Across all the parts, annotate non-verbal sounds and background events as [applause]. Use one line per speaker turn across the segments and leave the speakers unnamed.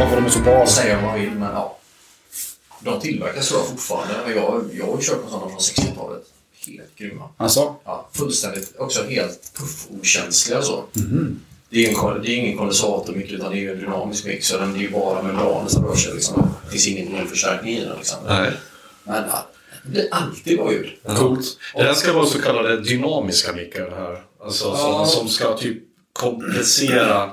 Varför de är så bra?
Och säga vad man vill, men ja. De tillverkas tror jag fortfarande, men jag, jag har ju köpt på sådana från 60-talet. Helt grymma.
Alltså?
Ja, fullständigt, också helt puffokänsliga så.
Mhm.
Det, är en, kon- det är ingen kondensator mycket, utan det är ju en dynamisk mix. Så den, det är ju bara membranen som rör sig. Liksom. Det finns ingen elförstärkning i den. Liksom.
Nej.
Men ja, det är alltid bra ljud.
Coolt. Det här ska vara så kallade dynamiska mickar här. Alltså
Ja.
som, som ska typ kompensera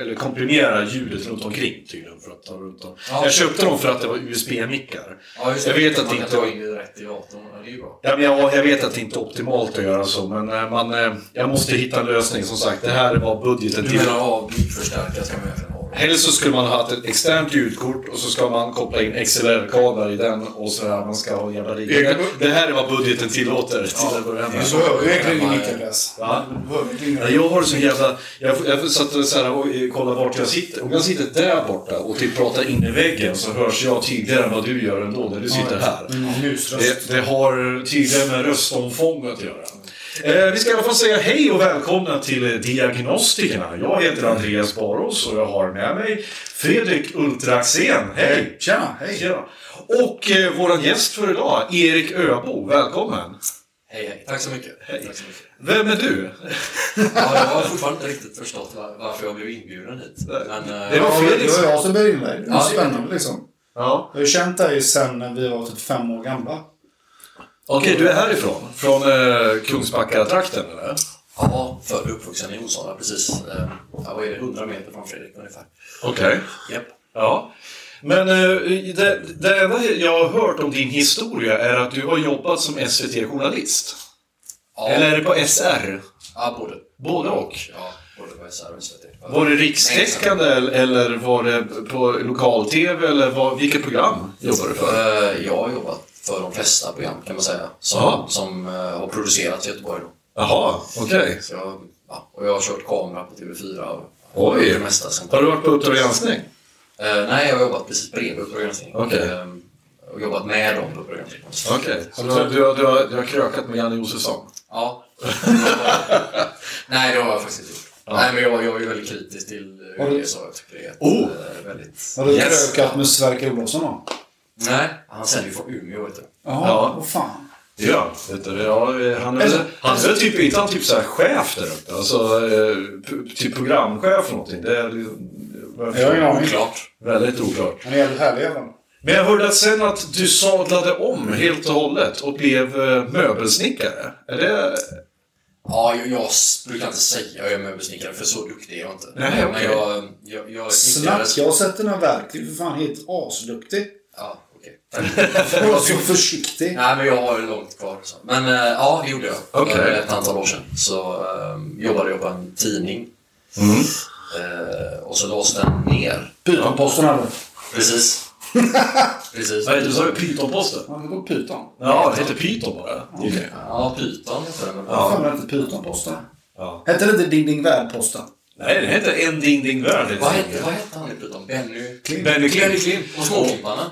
eller komprimera ljudet runt omkring tydligen. För att ta runt om.
Ja.
Jag köpte dem för att det var USB-mickar.
Ja, just det.
jag vet att det
man
inte
kan ta in det rätt i datorn. Ja, Det är ju bra.
Ja, men jag, jag vet att det inte är optimalt att göra så, men eh, man, eh, jag måste hitta en lösning. Som sagt, det här var budgeten
Du
till.
menar ja, ljudförstärkare ska man egentligen ha?
Helst så skulle man ha haft ett externt ljudkort och så ska man koppla in XLR-kablar i den och sådär. Man ska ha en jävla rigg. Det här är vad budgeten tillåter till att börja med.
Så hör vi verkligen ingen mikrobläs.
Va?
Hör vi
Ja,
klingar.
Jag har så jävla... Jag, jag satt och så här och eh, kollade vart jag sitter. Om jag sitter där borta och typ pratar in i väggen så hörs jag tydligare än vad du gör ändå när du sitter här.
Musröst.
Det, det har tydligare med röstomfång att göra. Eh, vi ska i alla fall säga hej och välkomna till eh, Diagnostikerna. Jag heter Andreas Barås och jag har med mig Fredrik Ultraxén. Hej!
Tjena, hej.
Tjena. Och eh, vår gäst för idag, Erik Öbo. Välkommen!
Hej, hej. Tack så mycket. Tack så mycket.
Vem är du?
Ja, jag har fortfarande inte riktigt förstått var- varför jag blev inbjuden hit. Men, eh,
Det var
Ja,
Felix.
Det var jag som bjöd in dig. Det var
Ja.
spännande liksom.
Ja.
Jag har ju känt dig sen när vi var typ fem år gamla.
Okej, du är härifrån? Från eh, Kungsbacka-trakten eller?
Ja, född och uppvuxen i Onsala, precis. Eh, Ja, vad är det, 100 meter från Fredrik ungefär.
Okej.
Japp.
Ja. Men eh, det, det enda jag har hört om din historia är att du har jobbat som SVT-journalist.
Ja,
Eller är det på SR?
ja, både.
Både och?
Ja, både på SR och SVT.
Var det rikstäckande eller var det på lokal-tv eller vad, vilka program jobbar du för?
Eh, Jag har jobbat för de flesta program kan man säga,
Jaha.
som, som eh, har producerats i Göteborg. Då.
Jaha, okej.
Så jag, ja, och jag har kört kamera på TV4 och
Oj.
och det mesta sen.
Har du varit på Uppdrag granskning?
Eh, nej, jag har jobbat precis bredvid Uppdrag granskning.
Okej.
Eh, och jobbat med dem på Uppdrag granskning.
Okej, så du, har- du, har- du, har- du har krökat med Janne Josefsson?
Ja. [laughs] nej, det har jag faktiskt inte gjort. Nej, men jag, jag är ju väldigt kritisk till
Har du-
hur det så jag tycker det är ett,
Oh.
eh, väldigt...
Har du
Yes.
krökat med Sverker Olofsson då?
Nej, han sänder ju från Umeå, vet du.
Ja,
Ja.
vad fan.
Ja, vet du, ja, han är väl- han är väl typ, inte han typ så här chef där uppe? Alltså, eh, p- typ programchef eller någonting? Det är liksom, vad
Jag har ingen aning.
Oklart.
Väldigt oklart.
Han är jävligt härlig jäveln.
Men jag hörde att sen att du sadlade om helt och hållet och blev eh, möbelsnickare. Är det...
Ja, jag, jag s- brukar inte säga jag är möbelsnickare, för så duktig är jag inte.
Nej,
men
okej.
jag, jag, jag snickrades-
Snacka och sätt dina verktyg. För fan, helt asduktig.
Ja, okej.
Och så försiktig.
Nej, men jag har långt kvar. Så. Men eh, ja, det gjorde jag.
Okej.
Eh, Ett antal år sedan. Så eh, jobbade jag på en tidning.
Mm.
Eh, och så lades den ner.
Pytonposten hade du.
[laughs]
Precis. Precis.
Vad heter det? Sa du Pytonposten?
Han hette Pyton.
Ja, det heter Pyton bara. Okej.
Ja, Python heter den. men-
Fan, det hette Pytonposten.
Ja.
Hette det inte Ding Ding Värld-posten?
Nej, det heter En Ding Ding Värld.
Vad hette, vad hette han i Python? Benny?
Benny
Benny
Klint.
Klint. Och
[laughs]
Småklipparna.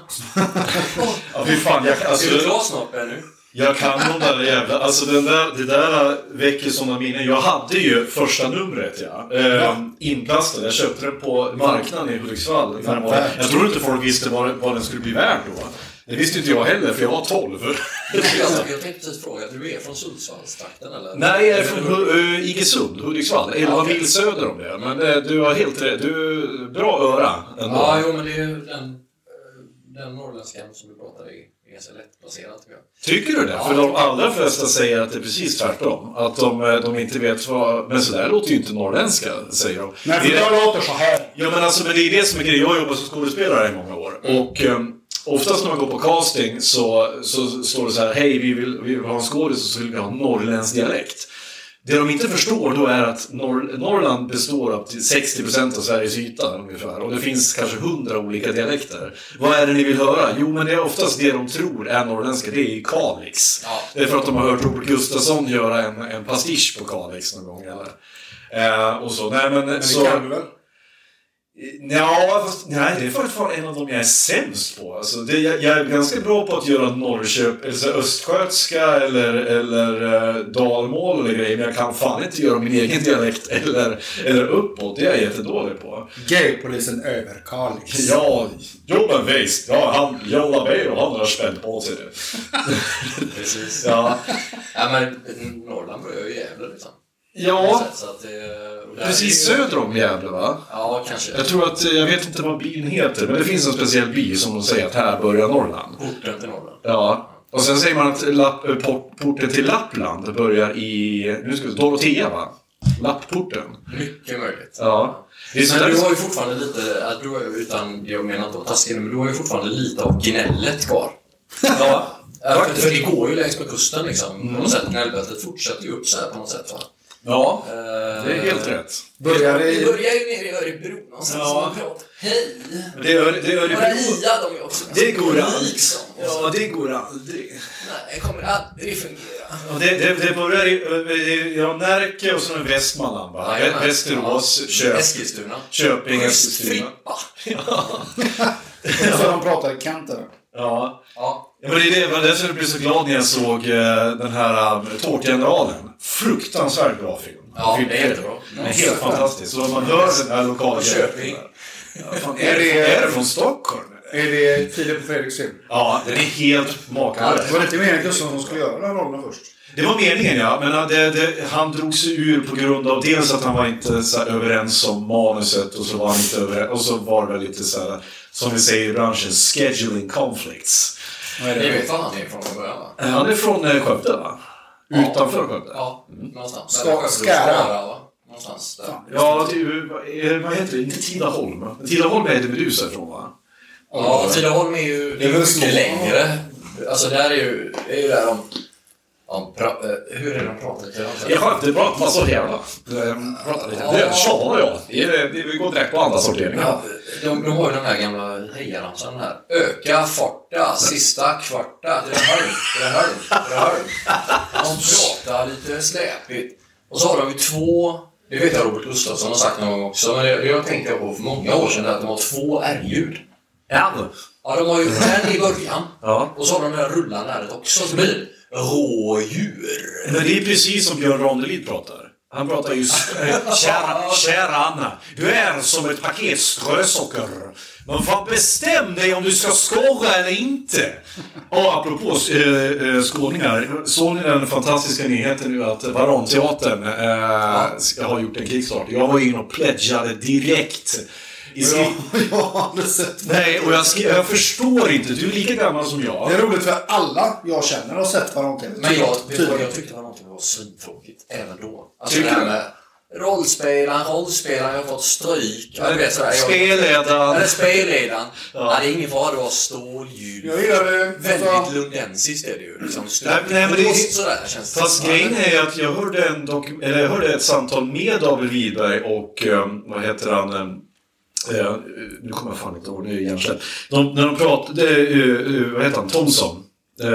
Ja, fy fan. Jag,
Är du
alltså,
klar snart Benny?
jag kan de där jävla... Alltså, den där, det där väcker sådana minnen. Jag hade ju första numret, ja. Ehm, inplastad. Jag köpte den på marknaden i Hudiksvall. Den var- Jag tror inte folk visste vad, vad den skulle bli värd då. Det visste inte jag heller, för jag var 12.
Jag, jag tänkte precis fråga, du är från Sundsvallstrakten eller?
[laughs] Nej, jag är från Hu- eh, Iggesund, Hudiksvall. 11
okej.
mil söder om det. Men eh, du har helt rätt. Du, bra öra ändå.
Ja, jo men det är ju den, eh, den norrländskan som du pratar i. Det är ganska lättplacerat tycker jag.
Tycker du det? För de allra flesta säger att det är precis tvärtom. Att de, eh, de inte vet vad... Men sådär låter ju inte norrländska, säger de.
Nej, för
Det är-
jag låter så här.
Ja, men alltså, men det är det som är grejen. Jag har jobbat som skådespelare i många år. Och ehm, oftast när man går på casting så, så står det så här, hej, vi vill, vi vill ha en skådis och så vill vi ha en norrländsk dialekt. Det de inte förstår då är att Norr- Norrland består av till 60% av Sveriges yta ungefär och det finns kanske 100 olika dialekter. Vad är det ni vill höra? Jo, men det är oftast det de tror är norrländska, det är ju Kalix.
Ja.
Det är för att de har hört Robert Gustafsson göra en, en pastisch på Kalix någon gång eller? Eh, och så. Nej, men,
Men
så...
det kan du väl?
Ja, fast, nej, det är faktiskt fan en av de jag är sämst på. Alltså, det, jag, jag är ganska bra på att göra Norrköp, eller så här, östgötska eller, eller eh, dalmål eller grejer, men jag kan fan inte göra min egen dialekt eller, eller uppåt. Det är jag jättedålig på.
G-polisen över Kalix.
Ja, jo men visst. Ja, han, Jolla Beiro, han har spänt på sig [laughs] nu.
Precis. Ja.
Ja,
men Norrland börjar ju i Gävle liksom.
ja
Så, så att, det- och där är
precis
ju-
söder om Gävle va?
Ja, kanske.
Jag tror att, eh, jag vet inte vad byn heter, men det finns en speciell by som de säger att här börjar Norrland.
Orten till Norrland.
Ja. Och sen säger man att lapp, eh, por- porten till Lappland börjar i nu ska vi, Dorotea, va? Lapporten.
Mycket möjligt.
Ja. Det är sånt
Men
där
du har
som-
ju fortfarande lite, att du, har- utan jag menar inte att vara taskig nu, men du har ju fortfarande lite av gnället kvar. Ja. För, för det går ju längs med kusten liksom. På
Mm.
något sätt, gnällbältet fortsätter ju upp så här på något sätt. Va?
ja,
Eh,
det är helt rätt.
Börjar
Vi
i...
börjar ju nere i Örebro någonstans.
Ja.
som man pratar. Hej!
Det är, Öre- det är
Våra
Örebro.
IA de är också
Det går
ganska
aldrig.
liksom. Och så,
Ja, det går aldrig.
Nej, det kommer aldrig fungera.
Ja, det, det, det börjar i eh, ja, Närke och sen Västmanland, va? Vä-
Jajamän.
Västerås,
Ja.
Köp,
Eskilstuna.
Köping, Eskilstuna.
Frippa.
Så de pratar i kanter.
Ja.
Ja.
Ja, men det är det, det var därför jag blev så glad när jag såg eh, den här eh, Tårtgeneralen. Fruktansvärt bra film.
Ja,
Film-
det är jättebra.
Den är helt fantastisk. Så man hör den här lokala
Köping.
dialekten där. Ja, fan, är, det, är det från Stockholm?
Är det Filip och Fredriks film?
Ja, den är helt
Det
makalös.
var inte meningen att Gustafsson skulle göra den här rollen först.
Det var meningen ja, men eh, det, det, han drog sig ur på grund av dels att han var inte så här, överens om manuset och så var han inte överens, och så var det väl lite så här, som vi säger i branschen, scheduling conflicts.
Ni vet var han är ifrån från början va?
Eh, Han är från eh, Skövde va? Utanför Skövde?
Ja, någonstans.
Ska-
Eller Skövde,
Skara.
va? Någonstans där.
Ja, det, är ju- vad är- vad heter det? Inte Tidaholm? Tidaholm är det Medusa ifrån va?
Ja, Tidaholm är ju det är
väl små.
mycket längre. Alltså där är ju, det är ju där de... om pra, eh, hur är det de pratar? Jag har inte-
Jag skötte bra massa jävla. Eh, Det tjatar jag. Det är- det- Vi går direkt på andra sorteringar.
Ja, de, de har ju den här gamla hejaramsan här. Öka farta, sista kvarta, Drehölm, Drehölm, Drehölm. De pratar lite släpigt. Och så har de ju två, det vet jag Robert Gustafsson har sagt någon gång också, men det, det jag tänkte jag på för många år sedan, att de har två R-ljud. Ja, de har ju den i början.
Ja.
Och så har de den här rullan där också som blir rådjur.
Men det är precis som Björn Ranelid pratar. Han pratar ju... eh, Kära, kära Anna, du är som ett paket strösocker. Men vad bestäm dig om du ska skorra eller inte. Och apropå eh, eh, skåningar, såg ni den fantastiska nyheten nu att Varanteatern eh, har gjort en kickstarter? Jag var inne och pledgade direkt. I skri-
[laughs] Jag har aldrig sett den.
Nej, och jag, sk- jag förstår inte. Du är lika gammal som jag.
Det är roligt för alla jag känner har sett Varantin.
Men jag, vet du vad,
Tydligen.
jag tyckte det var något som var svintråkigt även då. Alltså
Tycker
det här
du?
med rollspelaren, rollspelaren, jag har fått stryk. Ja, du vet, sådär, jag,
Spelledaren.
Eller spelledaren. Ja. det är ingen fara, det var stålljud.
Jag gillar det.
Väldigt lundensiskt är det ju. Liksom,
Nej, nej, men det är-
Stålpost sådär känns det
Fast
som.
grejen är att jag hörde, en dokum- eller jag hörde ett samtal med David Wiberg och eh, vad heter han? eh, eh, nu kommer jag fan inte ihåg, nu är jag hjärnsläpp. De, när de pratade, eh, eh, vad heter han, Thomson. Eh,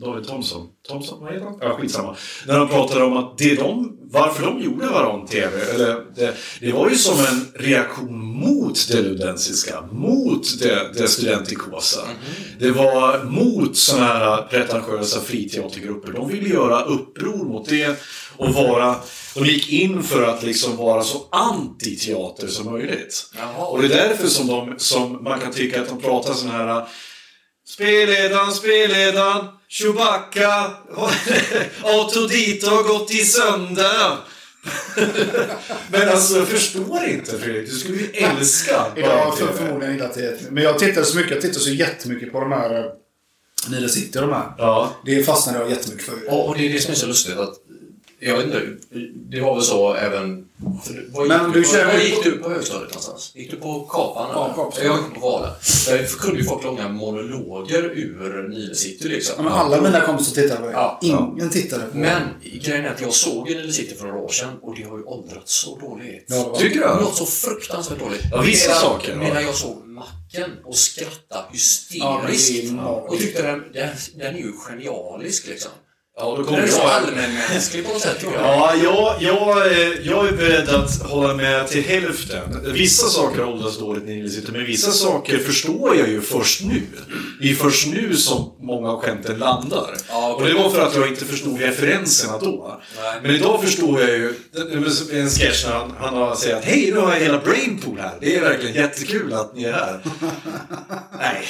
David Thomson. Thomson, vad heter han? Ja, skitsamma. När de pratade om att det de, varför de gjorde varann TV, eller det, det var ju som en reaktion mot det ludensiska, mot det, det studentikosa. Det var mot sådana här pretentiösa friteatergrupper. De ville göra uppror mot det och vara, de gick in för att liksom vara så anti-teater som möjligt.
Jaha.
Och det är därför som, de, som man kan tycka att de pratar sån här Spelledaren, spelledaren, Chewbacca, [laughs] Autodito har gått i sönder. [laughs] Men alltså, jag förstår inte Fredrik. Du skulle ju älska
Idag för,
barn-tv.
förmodligen illa till. Men jag tittar så mycket, jag tittar så jättemycket på de här eh, När det sitter de här.
Ja.
Det fastnade jag jättemycket för.
Och, och det är det som är så lustigt att... Jag vet inte, det var väl så även... För, vad
Men
gick du,
du känner-
vad gick du på högstadiet någonstans? Gick du på Kapan?
Ja,
eller?
Kapan.
Jag gick på Valen. Där kunde ju folk långa monologer ur Nile City liksom.
Ja, men alla mina kompisar tittade på det.
Ja.
Ingen tittade på
Men grejen är att jag såg ju Nile City för några år sedan och det har ju åldrats så dåligt.
Ja, det var-
Tycker du?
Något så fruktansvärt dåligt.
Ja, vissa
medan,
saker, ja.
Medan jag såg Macken och skrattade
Ja, men det
hysteriskt.
är magiskt.
och tyckte den, den, den är ju genialisk liksom.
Ja, då
Den
kommer
är så
jag.
allmänmänsklig på något sätt. tror jag.
Ja, jag, jag, eh, jag är beredd att hålla med till hälften. Vissa saker har åldrats dåligt när ni sitter, men vissa saker förstår jag ju först nu. Det är först nu som många av skämten landar.
Ja,
och det var för att jag inte förstod referenserna då.
Nej.
Men idag förstår jag ju, det är en sketch när han, han har säger att hej, nu har jag hela Brainpool här. Det är verkligen jättekul att ni
[laughs]
är här. Nej,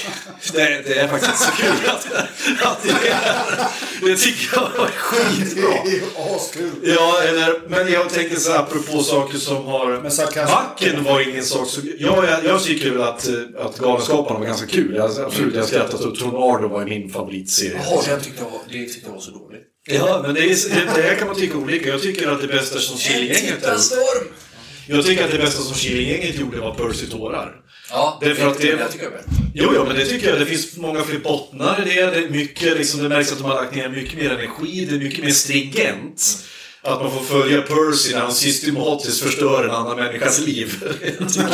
det, det är faktiskt inte så kul att, att ni är här. Det tycker jag var skitbra.
[laughs] Det är ju askul.
Ja, eller, men jag tänker så här, apropå saker som har...
Men sarkasm-
Macken var ingen sak som... Jag, jag, jag tycker väl att, eh, att Galenskaparna var ganska kul. Jag, absolut, jag har skrattat och Tornado var min favoritserie.
Jaha, den tyckte jag, det tyckte jag var så dåligt.
Ja, men det, är, det, det här kan man tycka olika. Jag tycker att det bästa som
Typ,
Killinggänget...
storm!
Jag tycker att det bästa som Killinggänget gjorde var Percy Tårar.
Ja,
Det är för att det-
jag tycker jag är bättre.
Jo, jo, men det tycker jag. Det finns många fler bottnar i det. Det, är mycket, liksom, det märks att de har lagt ner mycket mer energi. Det är mycket mer stringent. Att man får följa Percy när han systematiskt förstör en annan människas liv. [laughs]
Och sen,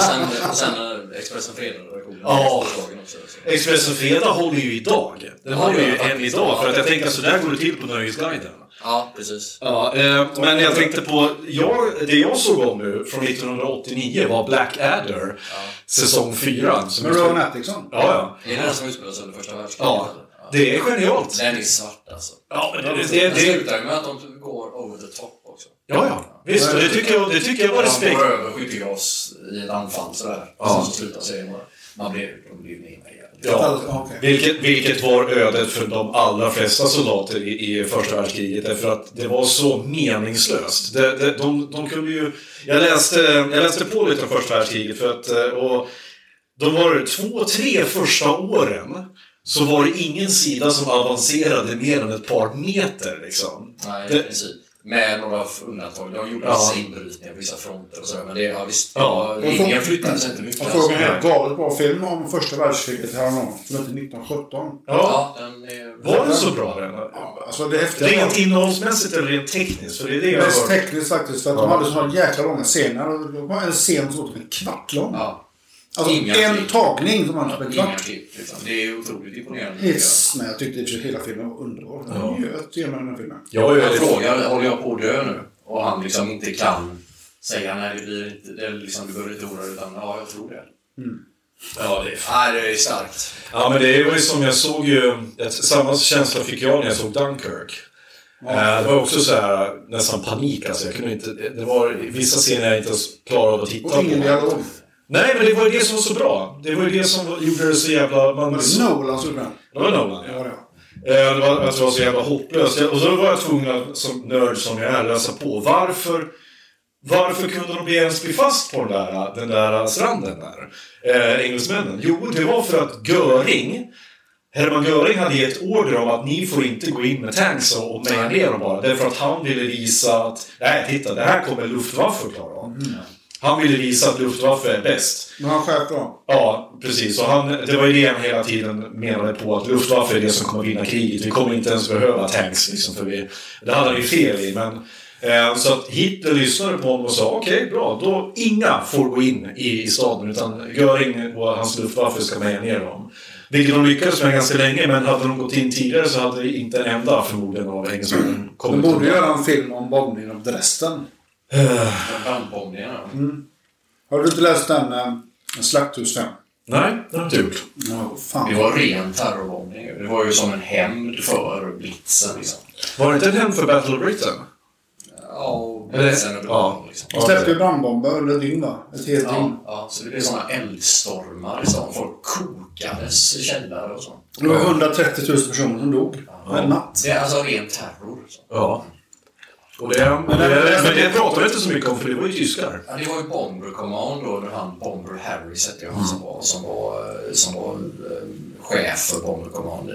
och sen eh, Expressen Fredag-redaktionen.
Ja.
Också, så.
Expressen Fredag håller ju idag. Den håller ju
Ja, ja.
än idag. För att jag tänkte att sådär går det till på Nöjesguiden.
Ja, precis.
Ja, eh, men jag tänkte på, jag, det jag såg om nu från 1989 var Blackadder, säsong 4. som
Men
jag-
Rowan Atkinson?
Ja, ja.
Det är den som utspelar sig under första världskriget.
Ja,
eller? Ja.
det är genialt.
Den är svart alltså.
Ja, men det, det,
Den
det,
slutar ju med att de går over the top också.
ja, ja. Visst, och det tycker jag, det tycker jag var
De
respekt.
går över skyttegravs i ett anfall sådär. Och
Ja.
sen så slutar serien bara. Man blir, de blir nedmejade.
Ja.
Ja, okej.
Vilket, vilket var ödet för de allra flesta soldater i, i första världskriget därför att det var så meningslöst. De, de, de, de kunde ju... Jag läste, jag läste på lite om första världskriget för att... eh, Och de var två, tre första åren så var det ingen sida som avancerade mer än ett par meter liksom.
Nej, i
Det-
princip. Med några undantag. De gjorde
Ja.
vissa inbrytningar på vissa fronter och sådär. Men det, ja visst.
Ja.
Ja. Linjen flyttade sig inte mycket.
Jag
alltså.
såg en helt galet bra film om första världskriget häromdagen. Som hette 1917.
Ja.
Ja, den är...
Var den så bra den?
Ja, Alltså det häftiga
Rent
var
innehållsmässigt eller rent tekniskt? För det är det jag
mest
hör.
tekniskt faktiskt. För att de
Ja.
hade såna jäkla långa scener. Och Det var en scen som var typ en kvart lång.
Ja.
Alltså
Inga
en
klipp.
tagning som var typ en
Inga
kvart.
klipp, liksom. Det är otroligt imponerande. tycker jag.
Yes, men jag tyckte i och för sig hela filmen var underbar.
Ja.
Jag njöt genom den här filmen.
Jag är
Han
väldigt-
frågar, håller jag på att dö nu? Och han liksom inte kan säga nej, det blir inte, det är liksom, du behöver inte oroa dig, utan ja, jag tror det.
Mm. Ja, det är
Nej, det är starkt.
Ja, men det var ju som jag såg ju... ett- Samma känsla fick jag när jag såg Dunkirk. Eh, Det var också så här, nästan panik alltså. Jag kunde inte, det var vissa scener jag inte ens klarade av att titta
Och ingen
på.
dialog.
Nej, men det var ju det som var så bra. Det var ju det som var- gjorde det så jävla... Man,
Men Nolan såg den.
det var Nolan,
Det
ja.
var det.
Eh, Det var, att det var så jävla hopplöst. Och så var jag tvungen att, som nörd som jag är, läsa på. Varför, varför kunde de ens bli fast på den där, den där stranden där? Eh, engelsmännen? Jo, det var för att Göring, Hermann Göring hade gett order om att ni får inte gå in med tanks och och meja ner dem bara. Därför att han ville visa att, nej titta, det här kommer Luftwaffe klara av. Han ville visa att Luftwaffe är bäst.
Men han sköt bra.
Ja, precis. Och han, det var ju det han hela tiden menade på, att Luftwaffe är det som kommer vinna kriget. Vi kommer inte ens behöva tanks, liksom, för vi, det hade han ju fel i. Men, eh, så att Hitler lyssnade på honom och sa okej, bra, då inga får gå in i, i staden, utan Göring och hans Luftwaffe ska meja ner dem. Vilket de lyckades med ganska länge, men hade de gått in tidigare så hade inte en enda förmodligen av engelsmännen
De
kommit
borde
undan.
göra en film om bombningen av Dresden.
Men Brandbombningarna.
Mm.
Har du inte läst den? eh, Slakthus 5?
Nej, det har jag inte gjort.
Ja,
Det
fan.
var ren terrorbombning. ju. Det var ju som en hämnd för blitzen. Liksom.
Var det inte en hämnd för Battle of Britain?
Ja, och
Eller-
blitzen och
ja.
ja. liksom.
De släppte ju brandbomber under ett dygn va? Ett helt dygn.
Ja, ja, så det blev såna eldstormar. Liksom. Folk kokades i källare och sånt.
Det var 130 000 personer som dog. På en natt.
Det är alltså ren terror. Liksom.
Ja. Och det, men, det, men det pratar vi inte så mycket om, för det var ju tyskar.
Ja, det var ju Bomber Command då, när han Bomber Harris hette jag, som var, som var, som var eh, chef för Bomber Command eh,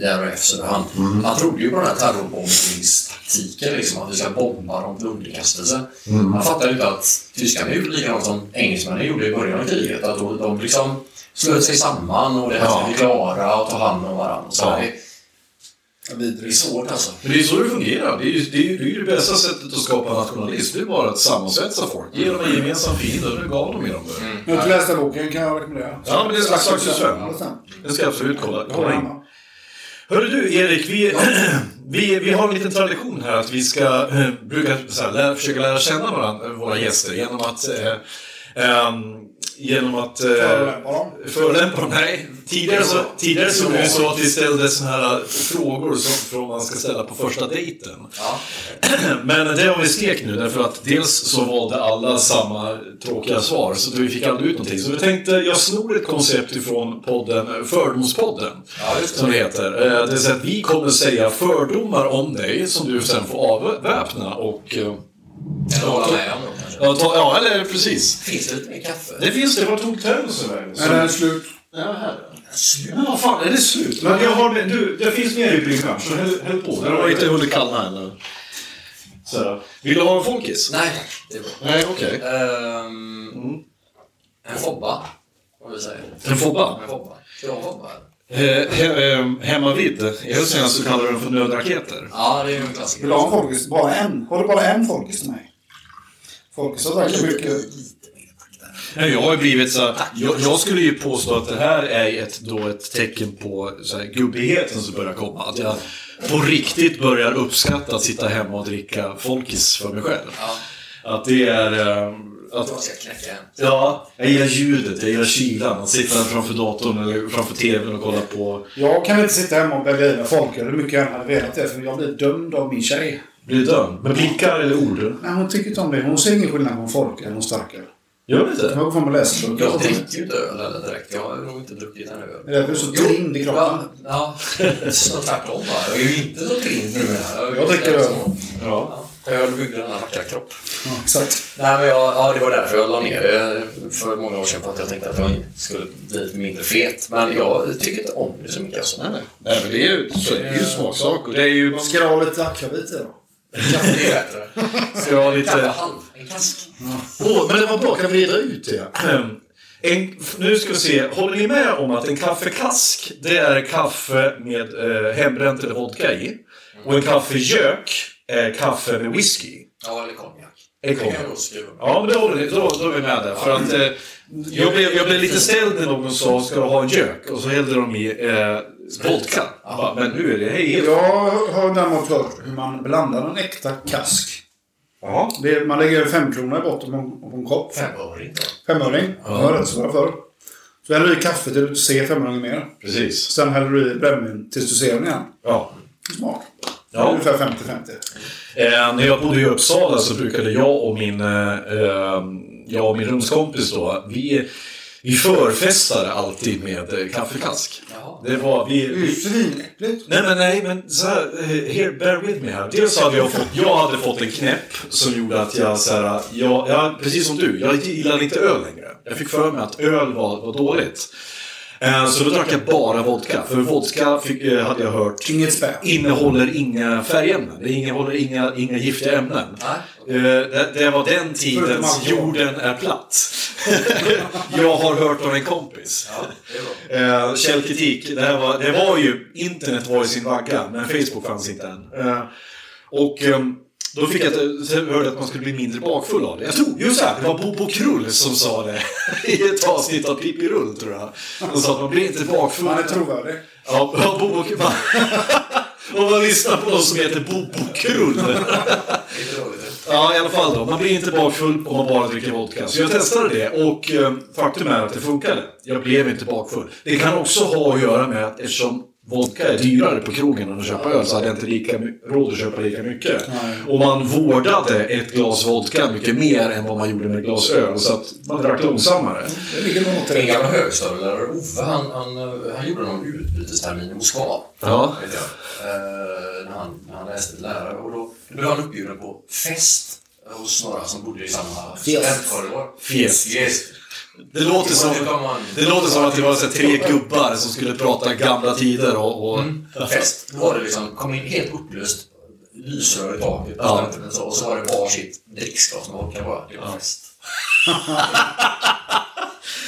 jävla F Söderhamn.
Mm.
Han trodde ju på den här terrorbombningstaktiken, liksom, att vi ska bomba dem till underkastelse.
Mm.
Han fattade inte att tyskarna gjorde likadant som engelsmännen gjorde i början av kriget. Att de, de liksom slöt sig samman och det här ska
Ja.
vi klara och ta hand om varandra. Och så.
Ja.
Det- Det är
Vidrigt.
svårt alltså.
Men det är ju så det fungerar. Det är ju det, är ju, det, är ju det bästa sättet att skapa nationalism. Det är bara att sammansvetsa folk. Ge dem en gemensam fiende. Nu gav de i dem det.
Jag har inte läst den boken, kan jag rekommendera.
Ja, men det är Slags och Sven.
Ja, det är sant.
Den ska jag absolut kolla, kolla in.
Ja,
Hörru du Erik, vi, [clears throat] vi, vi har en liten tradition här att vi ska eh, brukar så här, lära, försöka lära känna varandra, våra gäster genom att eh, ehm, genom att eh,
Förolämpa dem.
förolämpa dem. Nej, tidigare så, tidigare så var det så att vi ställde såna här frågor som från man ska ställa på första dejten.
Ja.
Men det har vi stekt nu därför att dels så valde alla samma tråkiga svar så att vi fick aldrig ut någonting. Så vi tänkte, jag snor ett koncept ifrån podden Fördomspodden.
Ja, just det.
som det heter. Eh, Det är så att vi kommer säga fördomar om dig som du sen får avväpna och... eh,
Eller hålla med om dem kanske.
Ja, ta, ja eller precis.
Finns det lite mer kaffe?
Det finns det, vart tog termosen vägen?
Men den är slut.
Ja, här. Men vad fan, är det slut? Men jag har, du, det finns mer i bryggan, så häll, häll på. Den har inte hunnit kallna än. Så här. Vill du ha en folkis?
Nej, det är bra.
Nej, okej.
Ehm, En fobba, vad vi säger.
En fobba?
En fobba. Ska jag ha en fobba? eller?
Eh, he, eh, hemmavid. I Hälsingland så kallar de den för nödraketer.
Ja, det är ju en klassiker.
Vill du ha en folkis? Bara en? Har du bara en folkis till mig? Folkis har verkligen mycket.
Nej, Eh, Jag har ju blivit så här- jag, jag skulle ju påstå att det här är ett, då ett tecken på så här, gubbigheten som börjar komma. Att jag på riktigt börjar uppskatta att sitta hemma och dricka folkis för mig själv.
Ja.
Att det är... eh,
Jag
Att,
ska knäcka en.
ja, jag gillar ljudet, jag gillar kylan. Att sitta framför datorn eller framför TVn och kolla på...
Jag kan inte sitta hemma och välja i mig folköl hur mycket jag än hade velat det. För jag blir dömd av min tjej.
Blir dömd. Med blickar eller ord?
Nej, hon tycker inte om det. Hon ser ingen skillnad på en folköl och en starköl.
Gör det inte?
Jag går fram och läser böcker.
Jag dricker ju inte öl eller direkt. Jag har nog inte druckit en öl.
Det är därför du är så
Jo,
trind i kroppen.
Ja, ja. [laughs] så tvärtom bara. Jag är ju inte så trind nu.
Jag dricker öl.
Ja.
Öl byggde denna vackra kropp.
Ja, exakt.
Nej, men jag, ja, det var därför jag la ner det för många år sedan. För att jag tänkte att jag skulle bli lite mindre fet. Men jag tycker inte om det så mycket. Alltså.
Nej, nej. men det är ju, så är det ju smaksak. Och det är ju...
Ska du ha lite akvavit i då?
Kaffe är bättre.
Ska jag ha
Kaffe
lite...
halv. En kask.
Åh, men det var bra. Kan vi reda ut det? Ehm, En, nu ska vi se. Håller ni med om att en kaffekask, det är kaffe med eh, hembränt eller vodka i? Och en kaffegök är kaffe med whisky?
Ja, eller konjak.
Eller
Det kan
konjak.
jag nog skriva.
Ja, men då, håller ni- då, då är vi med där. För att, eh, jag, blev, jag blev lite ställd när någon sa “ska du ha en gök?” och så hällde de i eh, vodka. Jag bara, Men nu är det hej.
Jag har däremot hört hur man blandar en äkta kask.
Ja.
Det är, man lägger fem kronor i botten på en, på en kopp.
Femöring då.
Femöring. Ja. Det var rätt så bra förr. Så häller du i kaffe till du inte ser femöringen mer.
Precis.
Sen häller du i brännvin tills du ser den igen.
Ja.
Smart.
Ja.
Ungefär 50-50.
Eh, när jag bodde i Uppsala så brukade jag och min, eh, eh, jag och min rumskompis då, vi, vi förfestade alltid med eh, kaffekask.
Jaha.
Det var, vi,
Det är ju
vi,
svinäckligt.
nej men nej men så här, eh, here, bear with me här. Dels så hade jag fått, jag hade fått en knäpp som gjorde att jag så här, jag, jag, precis som du, jag gillade inte öl längre. Jag fick för mig att öl var, var dåligt. Eh, Så då drack jag bara vodka, för vodka fick, eh, hade jag hört
Inget spä.
innehåller inga färgämnen. Det innehåller inga, inga giftiga ämnen.
Nej.
Eh, Det, det var den tidens
Förutom alkohol.
jorden är platt. [laughs] jag har hört av en kompis.
Ja, det är bra.
Eh, Källkritik, det, här var, det var ju, internet var i sin vagga, men Facebook fanns inte än. Eh, Och ehm, då fick jag ett- så hörde jag att man skulle bli mindre bakfull av det. Jag tror, just det, här, det var Bobo Krull som sa det [laughs] i ett avsnitt av Pippi Rull, tror jag. Han sa att man blir inte bakfull.
Man är trovärdig.
Ja, ja Bobo [laughs] Krull. Om man lyssnar på någon som heter Bobo Krull. [laughs]
Det är dåligt.
Ja, i alla fall då. Man blir inte bakfull om man bara dricker vodka. Så jag testade det och eh, faktum är att det funkade. Jag blev inte bakfull. Det kan också ha att göra med att eftersom vodka är dyrare på krogen än att köpa öl så hade jag inte lika my- råd att köpa lika mycket. Och man vårdade ett glas vodka mycket mer än vad man gjorde med ett glas öl. Så att man drack långsammare.
Det ligger något i
Min
det.
gamla högstadielärare Ove, han, han, eh, han gjorde någon utbytestermin i Moskva.
Ja.
Vet jag. Eh, när, han, när han läste till lärare. Och då, då blev han uppbjuden på fest. hos några som bodde i samma
Fjäs.
studentkorridor.
Fjäs.
Yes.
Det låter, som, det låter som att Mm. det var så här, tre gubbar som skulle prata gamla tider och... och
Fest. Då var det liksom, kom in helt upplöst lysrör i taket på
Ja.
studenten så, och så var det varsitt dricksglas man orkade bara. Det var fest.